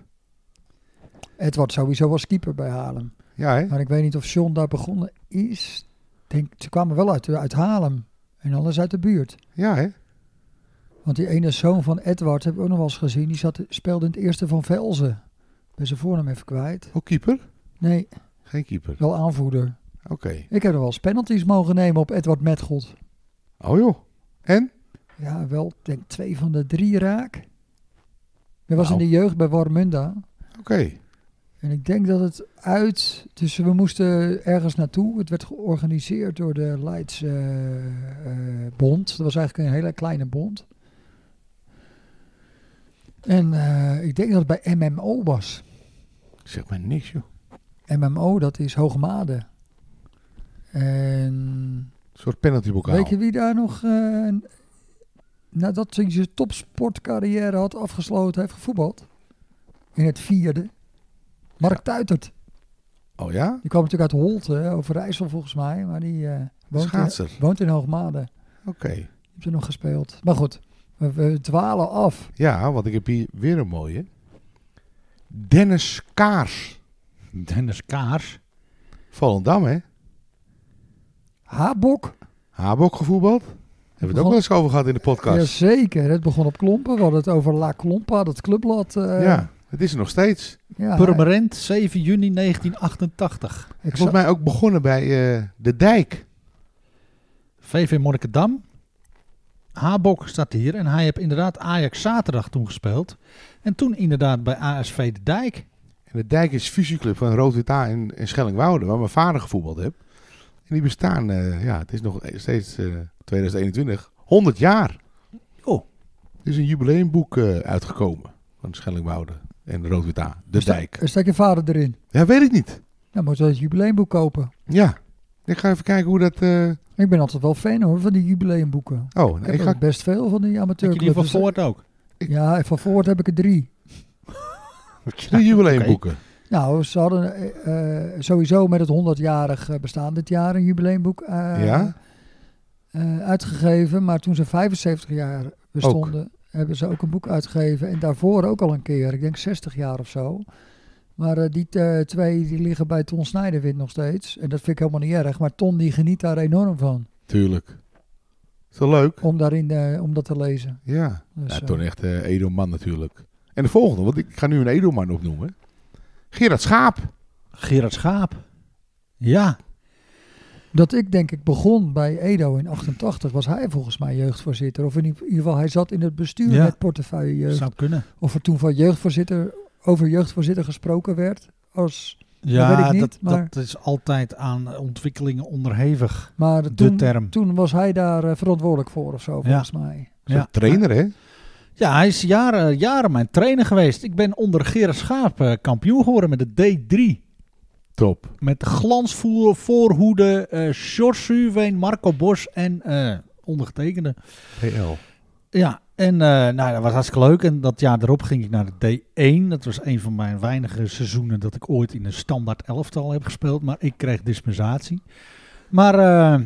Edward sowieso was keeper bij Haarlem.
Ja, hè?
Maar ik weet niet of John daar begonnen is. Ik Denk, ze kwamen wel uit, uit Haarlem. En alles uit de buurt.
Ja, hè?
Want die ene zoon van Edward heb ik ook nog wel eens gezien. Die zat, speelde in het eerste van Velzen. Ben zijn voornaam even kwijt.
Ook Oh, keeper?
Nee,
Geen keeper.
wel aanvoerder.
Oké.
Ik heb er wel eens penalties mogen nemen op Edward Metgold.
Oh joh. En?
Ja, wel, ik denk twee van de drie raak. Dat was
Wauw.
in de jeugd bij Warmunda.
Oké.
En ik denk dat het uit... Dus we moesten ergens naartoe. Het werd georganiseerd door de Leids eh, eh, Bond. Dat was eigenlijk een hele kleine bond. En eh, ik denk dat het bij MMO was.
Zeg maar niks, joh.
MMO, dat is Hoogmade. En
Een soort penaltybokaal.
weet je wie daar nog... eh, nadat hij zijn topsportcarrière had afgesloten, heeft gevoetbald? In het vierde. Mark Tuitert.
Oh ja?
Die kwam natuurlijk uit Holte, hè, Overijssel volgens mij. Maar die eh woont, in,
Schaatser.
woont in Hoogmade. Die
Oké.
heeft er nog gespeeld. Maar goed, we, we dwalen af.
Ja, want ik heb hier weer een mooie. Dennis Kaars.
Dennis Kaars.
Volendam, hè?
Habok.
Habok gevoetbald. Hebben we het ook wel eens over gehad in de podcast.
Jazeker, het begon op Klompen. We hadden het over La Klompa, dat clubblad. eh,
Ja, het is er nog steeds.
ja,
Purmerend, 7 juni 1988.
ik zag-
Volgens mij ook begonnen bij eh, De Dijk.
VV Monnikendam. Habok staat hier. En hij heeft inderdaad Ajax zaterdag toen gespeeld. En toen inderdaad bij ASV De Dijk.
En de Dijk is fusieclub van Rood-Wit A en, en Schellingwoude, waar mijn vader gevoetbald heeft. En die bestaan, eh, ja, het is nog steeds eh, 2021, 100 jaar.
Oh.
Er is een jubileumboek eh, uitgekomen van Schellingwoude en Rood-Wit A, de Dijk.
Stek je vader erin.
Ja, weet ik niet.
Dan moet je wel het jubileumboek kopen.
Ja, ik ga even kijken hoe dat... eh,
Ik ben altijd wel fan hoor, van die jubileumboeken.
Oh,
Ik
nee,
heb
ik ga...
ook best veel
Heb
van die
je die
amateurclubs.
van
Dus-
Voort ook?
Ja, van Voort heb ik er drie.
De jubileumboeken.
Nou, ze hadden eh, eh, sowieso met het 100-jarig eh, bestaan dit jaar een jubileumboek eh,
Ja?
eh, uitgegeven. Maar toen ze 75 jaar bestonden, hebben ze ook een boek uitgegeven. En daarvoor ook al een keer, ik denk 60 jaar of zo. Maar eh, die eh, twee die liggen bij Ton Snijderwit nog steeds. En dat vind ik helemaal niet erg. Maar Ton die geniet daar enorm van.
Tuurlijk. Is dat leuk?
Om, daarin, eh, om dat te lezen.
Ja.
Dus,
Ja,
eh,
toen echt eh, Edelman natuurlijk. En de volgende, want ik ga nu een Edelman opnoemen. Gerard Schaap.
Gerard Schaap. Ja.
Dat ik denk ik begon bij Edo in 88 was hij volgens mij jeugdvoorzitter. Of in ieder geval hij zat in het bestuur
Ja.
met portefeuille jeugd.
Zou kunnen.
Of er toen van jeugdvoorzitter over jeugdvoorzitter gesproken werd. Als,
Ja,
weet ik niet,
dat,
maar-
dat is altijd aan ontwikkelingen onderhevig.
maar
de
toen,
term.
toen was hij daar eh, verantwoordelijk voor of zo volgens mij.
Zo'n
Ja.
trainer, hè?
Ja, hij is jaren, jaren mijn trainer geweest. Ik ben onder Gerard Schaap eh, kampioen geworden met de D3.
Top.
Met glansvoer, voorhoede, eh George Suween, Marco Bos en eh, ondergetekende.
PL.
Ja, en eh, nou, dat was hartstikke leuk. En dat jaar erop ging ik naar de D1. Dat was een van mijn weinige seizoenen dat ik ooit in een standaard elftal heb gespeeld. Maar ik kreeg dispensatie. Maar eh,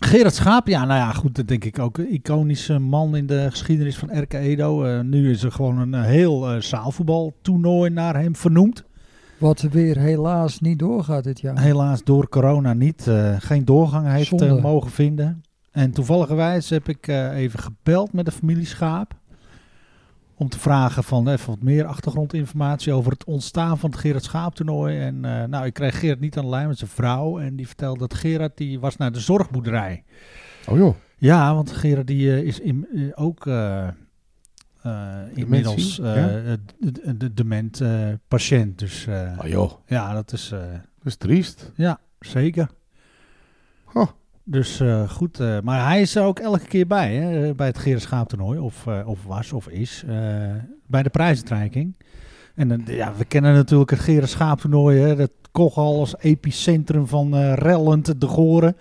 Gerard Schaap, ja, nou ja, goed, dat denk ik ook. Een iconische man in de geschiedenis van RK Edo. Eh, nu is er gewoon een eh, heel eh, zaalvoetbaltoernooi naar hem vernoemd.
Wat weer helaas niet doorgaat dit jaar.
Helaas door corona niet, eh, geen doorgang heeft eh,
Zonde.
mogen vinden. En toevalligerwijs heb ik eh, even gebeld met de familie Schaap. Om te vragen van even wat meer achtergrondinformatie over het ontstaan van het Gerard Schaap toernooi. En eh, nou, ik kreeg Gerard niet aan de lijn met zijn vrouw. En die vertelde dat Gerard die was naar de zorgboerderij.
Oh joh.
Ja, want Gerard die eh, is in, eh, ook eh, eh, inmiddels eh,
ja.
eh, d- d- d- dement eh, patiënt. Dus eh,
Oh joh.
ja, dat is... eh,
Dat is triest.
ja, zeker.
Goh.
Dus eh, goed, eh, maar hij is er ook elke keer bij, hè, eh, bij het Gerard Schaap toernooi, of, eh, of was of is, eh, bij de prijzentreiking. En dan, ja, we kennen natuurlijk het Gerard Schaap toernooi, hè, dat Kochal als epicentrum van eh rellend de goren.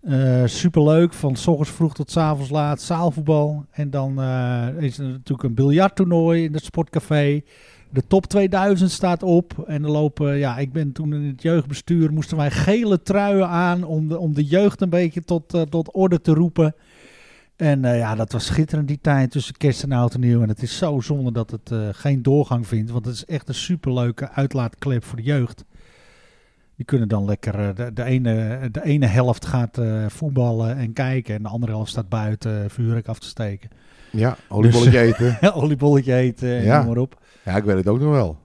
Eh, superleuk, van s ochtends vroeg tot s avonds laat, zaalvoetbal. En dan eh, is er natuurlijk een biljarttoernooi in het sportcafé. De top 2000 staat op. En er lopen, ja, ik ben toen in het jeugdbestuur, moesten wij gele truien aan om de, om de jeugd een beetje tot, eh, tot orde te roepen. En eh, ja, dat was schitterend die tijd tussen kerst en oud en nieuw. En het is zo zonde dat het eh, geen doorgang vindt. Want het is echt een superleuke uitlaatklep voor de jeugd. Die kunnen dan lekker, eh, de, de, ene, de ene helft gaat eh, voetballen en kijken. En de andere helft staat buiten eh, vuurwerk af te steken.
Ja, oliebolletje eten.
Oliebolletje eten en
Ja.
noem maar op.
Ja, ik weet het ook nog wel.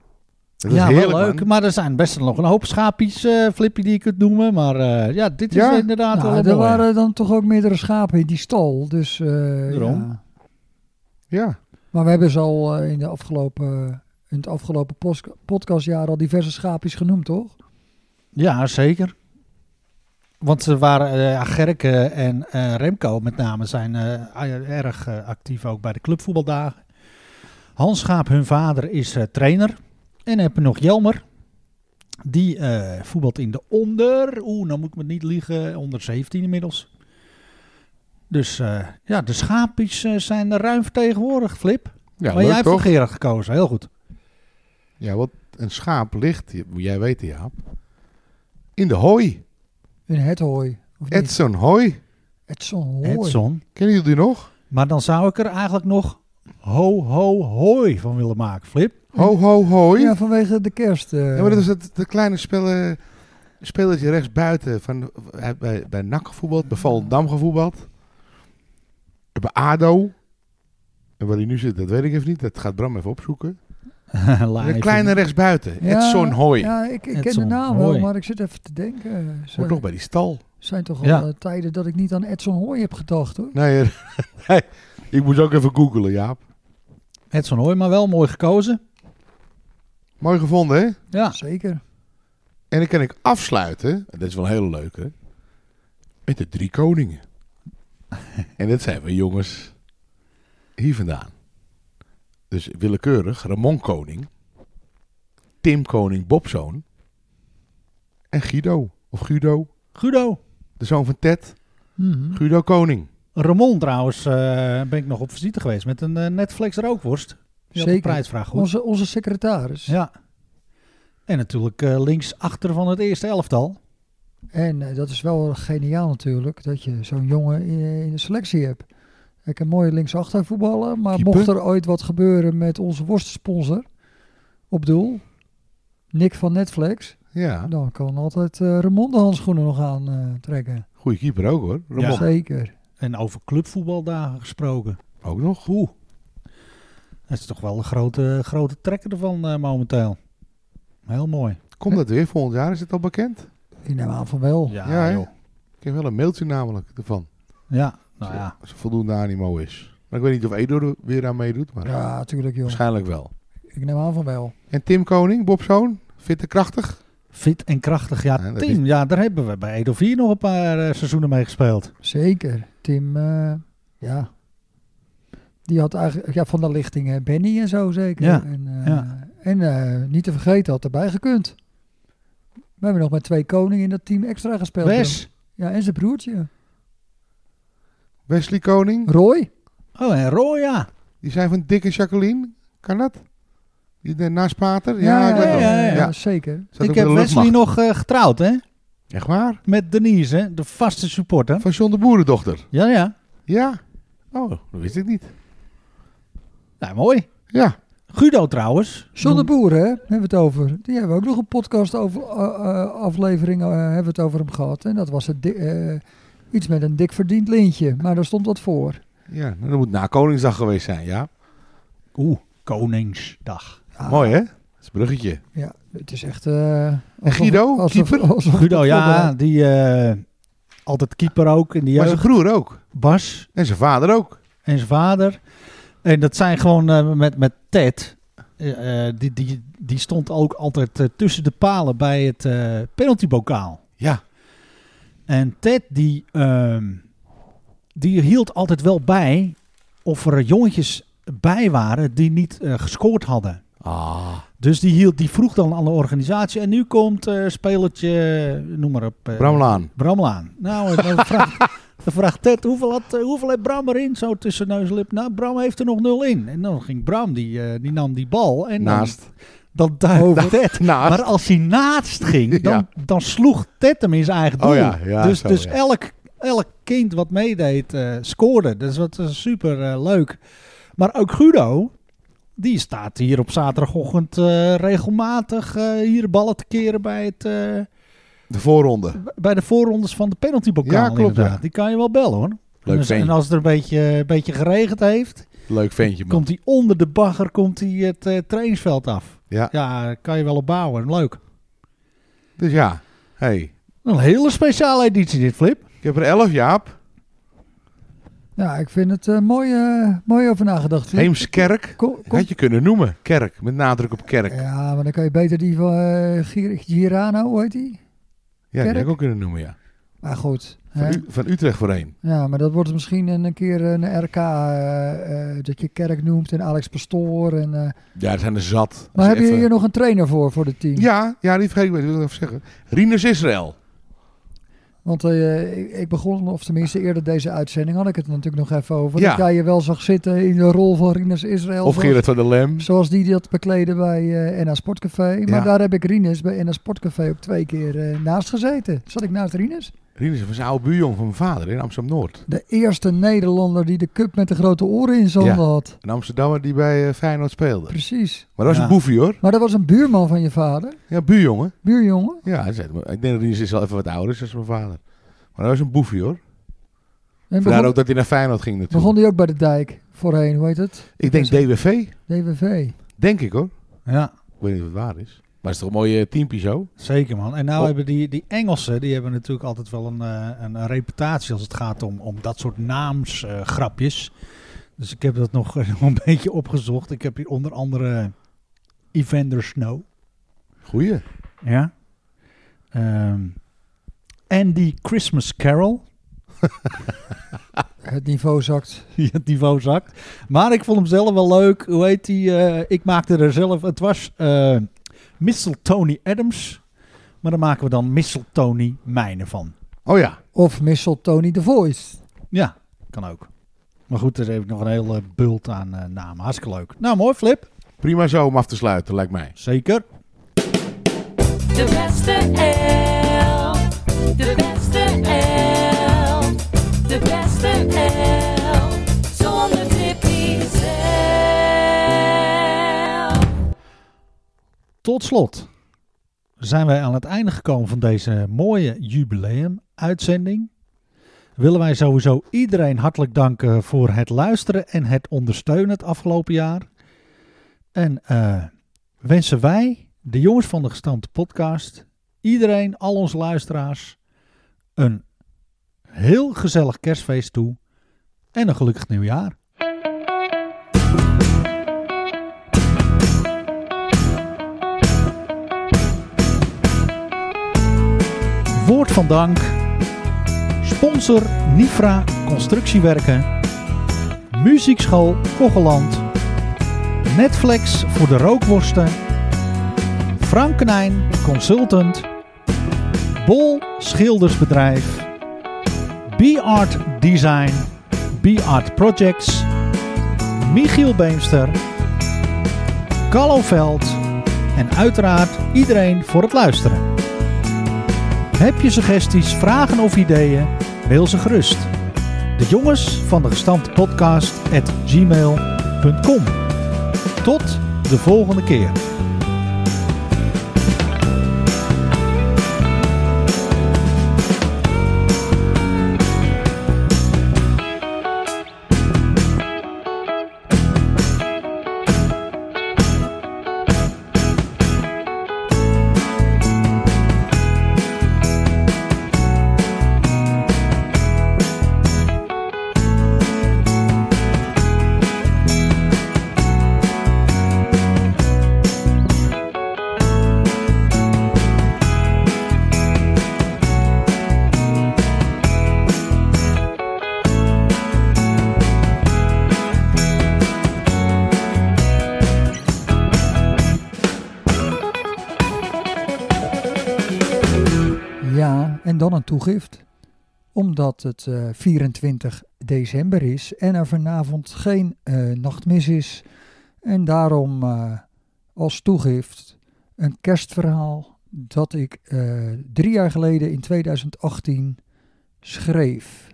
Dat is
ja,
heerlijk,
wel leuk.
man.
Maar er zijn best nog een hoop schaapjes, eh Flippy, die je kunt noemen. Maar eh, ja, dit is
Ja?
inderdaad
Nou,
wel
er
mooi.
waren dan toch ook meerdere schapen in die stal. Dus, eh,
Daarom.
ja.
Ja.
Maar we hebben ze al eh, in, de afgelopen, in het afgelopen pos- podcastjaar al diverse schaapjes genoemd, toch?
Ja, zeker. Want ze waren, eh, ja, Gerke en eh, Remco met name zijn eh, erg eh, actief ook bij de clubvoetbaldagen. Hans Schaap, hun vader, is eh, trainer. En heb je nog Jelmer. Die eh, voetbalt in de onder. Oeh, nou moet ik me niet liegen. Onder 17 inmiddels. Dus eh, ja, de schaapjes eh, zijn er ruim vertegenwoordigd, Flip.
Ja,
maar
leuk
jij hebt
toch?
voor Gerard gekozen, heel goed.
Ja, want een schaap ligt, je- moet jij weten Jaap, in de hooi.
In het hooi. Of niet?
Edson Hooi.
Edson Hooi.
Edson.
Kennen jullie die nog?
Maar dan zou ik er eigenlijk nog ho, ho, hoi van willen maken, Flip.
Ho, ho, hooi.
Ja, vanwege de kerst. eh.
Ja, maar dat is dat, dat kleine spel, spelertje rechts buiten. Van, hij- bij, bij NAC gevoetbald, bij Volendam gevoetbald. Bij ADO. En waar hij nu zit, dat weet ik even niet. Dat gaat Bram even opzoeken. Een kleine rechtsbuiten.
Ja,
Edson Hooi.
Ja, ik, ik ken de
Edson
naam wel,
Hooi.
maar ik zit even te denken. Zo-
Hoort nog bij die stal.
zijn toch al
Ja.
eh, tijden dat ik niet aan Edson Hooy heb gedacht hoor.
Nee, eh, nee, ik moest ook even googelen, Jaap.
Edson Hoy, maar wel mooi gekozen.
Mooi gevonden, hè?
Ja,
Zeker.
En dan kan ik afsluiten. Dat is wel een hele leuke. Met de drie koningen. en dat zijn we jongens hier vandaan. Dus willekeurig Ramon Koning. Tim Koning Bobzoon. En Guido. Of Guido.
Guido.
De zoon van Ted.
Mhm.
Guido Koning.
Ramon trouwens, eh, ben ik nog op visite geweest met een eh, Netflix rookworst. Die had de
Zeker.
prijsvraag goed.
Onze, onze secretaris.
Ja. En natuurlijk eh, linksachter van het eerste elftal.
En eh, dat is wel geniaal natuurlijk, dat je zo'n jongen in, in de selectie hebt. Hij kan mooi linksachter voetballen, maar
Keeper.
mocht er ooit wat gebeuren met onze worstsponsor op doel, Nick van Netflix,
Ja,
dan kan altijd eh Ramon de handschoenen nog aan eh, trekken.
goede keeper ook hoor. Ramon.
Ja.
Zeker.
En over clubvoetbaldagen gesproken.
Ook nog.
Oeh. Dat is toch wel een grote, grote trekker ervan eh, momenteel. Heel mooi.
Komt dat weer volgend jaar? Is het al bekend?
Ik neem aan van wel.
Ja,
hè?
joh.
Ik heb wel een mailtje namelijk ervan.
Ja, nou ja.
Als er voldoende animo is. Maar ik weet niet of Edo er weer aan meedoet. Maar
Ja, tuurlijk joh.
waarschijnlijk wel.
Ik neem aan van wel.
En Tim Koning, Bobzoon, fit en krachtig.
Fit en krachtig. Ja,
Ja, dat
team. Ja, daar hebben we bij Edo 4 nog een paar eh, seizoenen mee gespeeld.
Zeker. Tim, eh, ja. Die had eigenlijk ja, van de lichting eh, Benny en zo zeker.
Ja,
En, eh,
ja.
en eh, niet te vergeten had erbij gekund. We hebben nog met twee koningen in dat team extra gespeeld.
Wes.
Ja, en zijn broertje.
Wesley Koning,
Roy.
Oh, en Roya.
die zijn van Dick en Jacqueline. Kan dat? Die de naast Pater? Ja, ik weet
ja,
wel.
ja, ja.
zeker.
Staat ook
Ik
bij
heb
de
Wesley
luchtmacht.
nog eh, getrouwd, hè?
Echt waar?
Met Denise, hè? de vaste supporter.
Van John de Boerendochter.
Ja, ja.
Ja. Oh, dat wist ik niet.
Nou, mooi.
Ja.
Guido trouwens.
John de Boer, hè, hebben we het over. Die hebben we ook nog een podcast over, eh, eh, aflevering, eh, hebben we het over hem gehad. En dat was het, di- eh, iets met een dik verdiend lintje. Maar daar stond wat voor.
Ja, nou, dat moet na Koningsdag geweest zijn, ja.
Oeh, Koningsdag.
Ja,
Mooi, hè? Dat is een bruggetje.
Ja, het is echt... eh, alsof-
Guido, keeper?
alsof het
Guido, ja,
voetbal-
die eh, altijd keeper ook in de
Maar zijn
jeugd.
broer ook.
Bas
En zijn vader ook.
en zijn vader. En dat zijn gewoon eh, met, met Ted. Eh, eh, die, die, die stond ook altijd eh, tussen de palen bij het eh penaltybokaal.
Ja.
En Ted die, ehm, die hield altijd wel bij of er jongetjes bij waren die niet eh, gescoord hadden.
Ah.
Dus die, hield, die vroeg dan aan de organisatie. En nu komt eh spelertje, noem maar op. eh,
Bramlaan.
Bramlaan. Nou, en dan vraagt, dan vraagt Ted, hoeveel, had, eh, hoeveel heeft Bram erin? Zo tussen neus en lip. Nou, Bram heeft er nog nul in. En dan ging Bram, die, eh, die nam die bal. En
Naast.
Dan, dan duikte Ted.
Naast.
Maar als hij naast ging, dan,
Ja.
dan sloeg Ted hem in zijn eigen doel.
Oh ja, ja,
dus
zo,
dus
ja.
elk, elk kind wat meedeed, eh, scoorde. Dus dat is super eh, leuk. Maar ook Guido, die staat hier op zaterdagochtend eh, regelmatig eh, hier ballen te keren bij het... eh,
De voorronde.
bij de voorrondes van de penaltybokaal
Ja, klopt,
inderdaad.
ja.
Die kan je wel bellen hoor.
Leuk
en, als,
ventje.
en als het er een beetje, een beetje geregend heeft,
Leuk ventje, man.
komt hij onder de bagger komt hij het eh, trainingsveld af.
Ja.
Ja, kan je wel op bouwen. Leuk.
Dus ja. Hey.
Een hele speciale editie dit, Flip.
Ik heb er elf, Jaap.
Ja, ik vind het eh, mooi, eh, mooi over nagedacht.
Heemskerk.
Kom- kom-
Had je kunnen noemen. Kerk, met nadruk op kerk. Ja,
Ja, maar dan kan je beter die van eh, Gir- Girano, hoe heet die?
die had
Kerk?
ik ook kunnen noemen, ja.
Maar goed.
Van,
hè.
U- van Utrecht voorheen.
Ja, maar dat wordt misschien een keer een RK eh, eh, dat je Kerk noemt en Alex Pastoor. En, eh,
Ja, er zijn er zat. Als
maar heb je
even-
hier nog een trainer voor, voor het team?
Ja, ja, die vergeet ik, dat wil ik even zeggen. Rinus Israël.
Want eh, ik, ik begon, of tenminste eerder deze uitzending had ik het natuurlijk nog even over.
Ja.
Dat jij je wel zag zitten in de rol van Rinus Israël.
Of
zoals-
Gerard van der Lem.
Zoals die dat bekleden bij eh NA Sportcafé. Maar
Ja.
daar heb ik Rinus bij NA Sportcafé ook twee keer eh, naast gezeten. Zat ik naast Rinus?
Rinus was een oude buurjong van mijn vader in Amsterdam-Noord.
De eerste Nederlander die de cup met de grote oren in zijn
Ja.
handen had.
Een Amsterdammer die bij eh, Feyenoord speelde.
Precies.
Maar dat was
Ja.
een boefie, hoor.
Maar dat was een buurman van je vader,
Ja, buurjongen.
buurjongen.
Ja, hij zei, maar ik denk dat Rinus Israël even wat ouder is dan mijn vader. Maar dat was een boefie, hoor.
En
Vandaar
begon,
ook dat hij naar Feyenoord ging natuurlijk.
begon die ook bij de dijk voorheen, hoe heet het?
ik denk DWV.
DWV.
Denk ik, hoor.
Ja.
Ik weet niet of het waar is. Maar het is toch een mooie teampie zo?
Zeker man. En nou
Op-
hebben die, die Engelsen, die hebben natuurlijk altijd wel een, eh, een, een reputatie als het gaat om, om dat soort naamsgrapjes. dus ik heb dat nog een beetje opgezocht. Ik heb hier onder andere Evander Snow.
Goeie.
Ja. Ehm, Andy Christmas Carol.
Het niveau zakt.
die het niveau zakt. Maar ik vond hem zelf wel leuk. Hoe heet die? eh, ik maakte er zelf. Het was eh Missel Tony Adams. Maar dan maken we dan Missel Tony Mijnen van.
Oh ja.
Of misselt Tony de Voice.
Ja, kan ook. Maar goed, er heeft nog een hele bult aan eh, namen. Hartstikke leuk. Nou, mooi Flip.
Prima zo om af te sluiten, lijkt mij.
Zeker.
De beste L. De beste L. De beste L. Zonder trippies L.
Tot slot zijn wij aan het einde gekomen van deze mooie jubileum-uitzending. Willen wij sowieso iedereen hartelijk danken voor het luisteren en het ondersteunen het afgelopen jaar. En eh, wensen wij, de jongens van de gestampte podcast, iedereen, al onze luisteraars, een heel gezellig kerstfeest toe en een gelukkig nieuwjaar. Woord van dank. Sponsor Nifra Constructiewerken. Muziekschool Kogeland. Netflix voor de rookworsten. Frank Knijn Consultant. Bol Schildersbedrijf. B-Art Design. B-Art Projects. Michiel Beemster. Carlo Veld. En uiteraard iedereen voor het luisteren. Heb je suggesties, vragen of ideeën? Mail ze gerust. De jongens van de gestampte podcast at gmail.com. Tot de volgende keer.
Ja, en dan een toegift. Omdat het eh, 24 december is en er vanavond geen eh, nachtmis is. En daarom eh, als toegift een kerstverhaal dat ik eh, drie jaar geleden in 2018 schreef.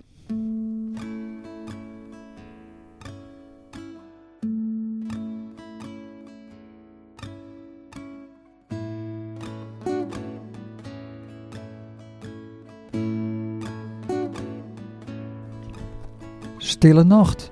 Stille nacht.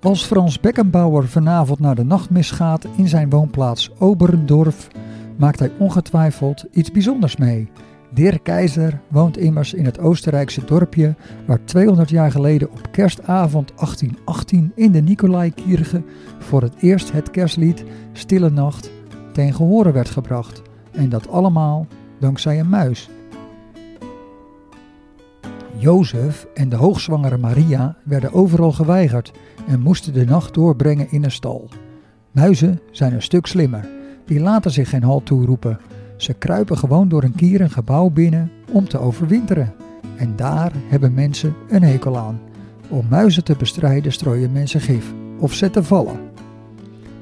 Als Frans Beckenbauer vanavond naar de nachtmis gaat in zijn woonplaats Oberndorf, maakt hij ongetwijfeld iets bijzonders mee. Dirk Keizer woont immers in het Oostenrijkse dorpje waar 200 jaar geleden op kerstavond 1818 in de Nicolaikirche voor het eerst het kerstlied Stille Nacht ten gehore werd gebracht. En dat allemaal dankzij een muis. Jozef en de hoogzwangere Maria werden overal geweigerd en moesten de nacht doorbrengen in een stal. Muizen zijn een stuk slimmer. Die laten zich geen halt toeroepen. Ze kruipen gewoon door een kier een gebouw binnen om te overwinteren. En daar hebben mensen een hekel aan. Om muizen te bestrijden strooien mensen gif of zetten vallen.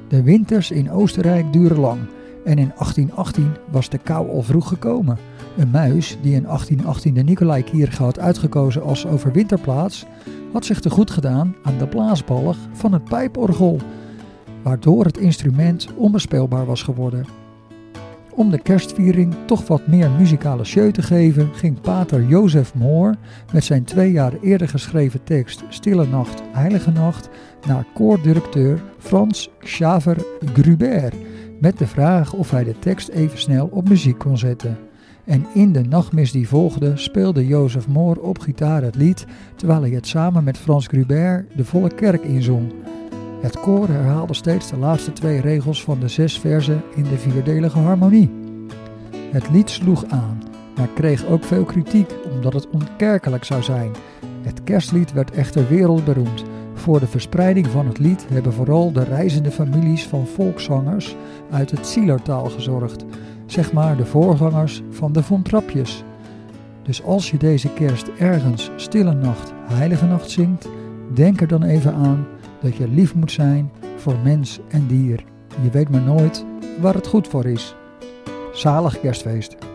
De winters in Oostenrijk duren lang en in 1818 was de kou al vroeg gekomen. Een muis die in 1818 de Nicolaikirche had uitgekozen als overwinterplaats, had zich te goed gedaan aan de blaasbalg van het pijporgel, waardoor het instrument onbespeelbaar was geworden. Om de kerstviering toch wat meer muzikale show te geven, ging pater Jozef Moor met zijn twee jaar eerder geschreven tekst Stille Nacht, Heilige Nacht naar koordirecteur Frans Xaver Gruber, met de vraag of hij de tekst even snel op muziek kon zetten. En in de nachtmis die volgde speelde Jozef Moor op gitaar het lied, terwijl hij het samen met Frans Grubert de volle kerk inzong. Het koor herhaalde steeds de laatste twee regels van de zes verzen in de vierdelige harmonie. Het lied sloeg aan, maar kreeg ook veel kritiek omdat het onkerkelijk zou zijn. Het kerstlied werd echter wereldberoemd. Voor de verspreiding van het lied hebben vooral de reizende families van volkszangers uit het Sielertaal gezorgd. Zeg maar de voorgangers van de Von Trapjes. Dus als je deze kerst ergens stille nacht, heilige nacht zingt, denk er dan even aan dat je lief moet zijn voor mens en dier. Je weet maar nooit waar het goed voor is. Zalig kerstfeest.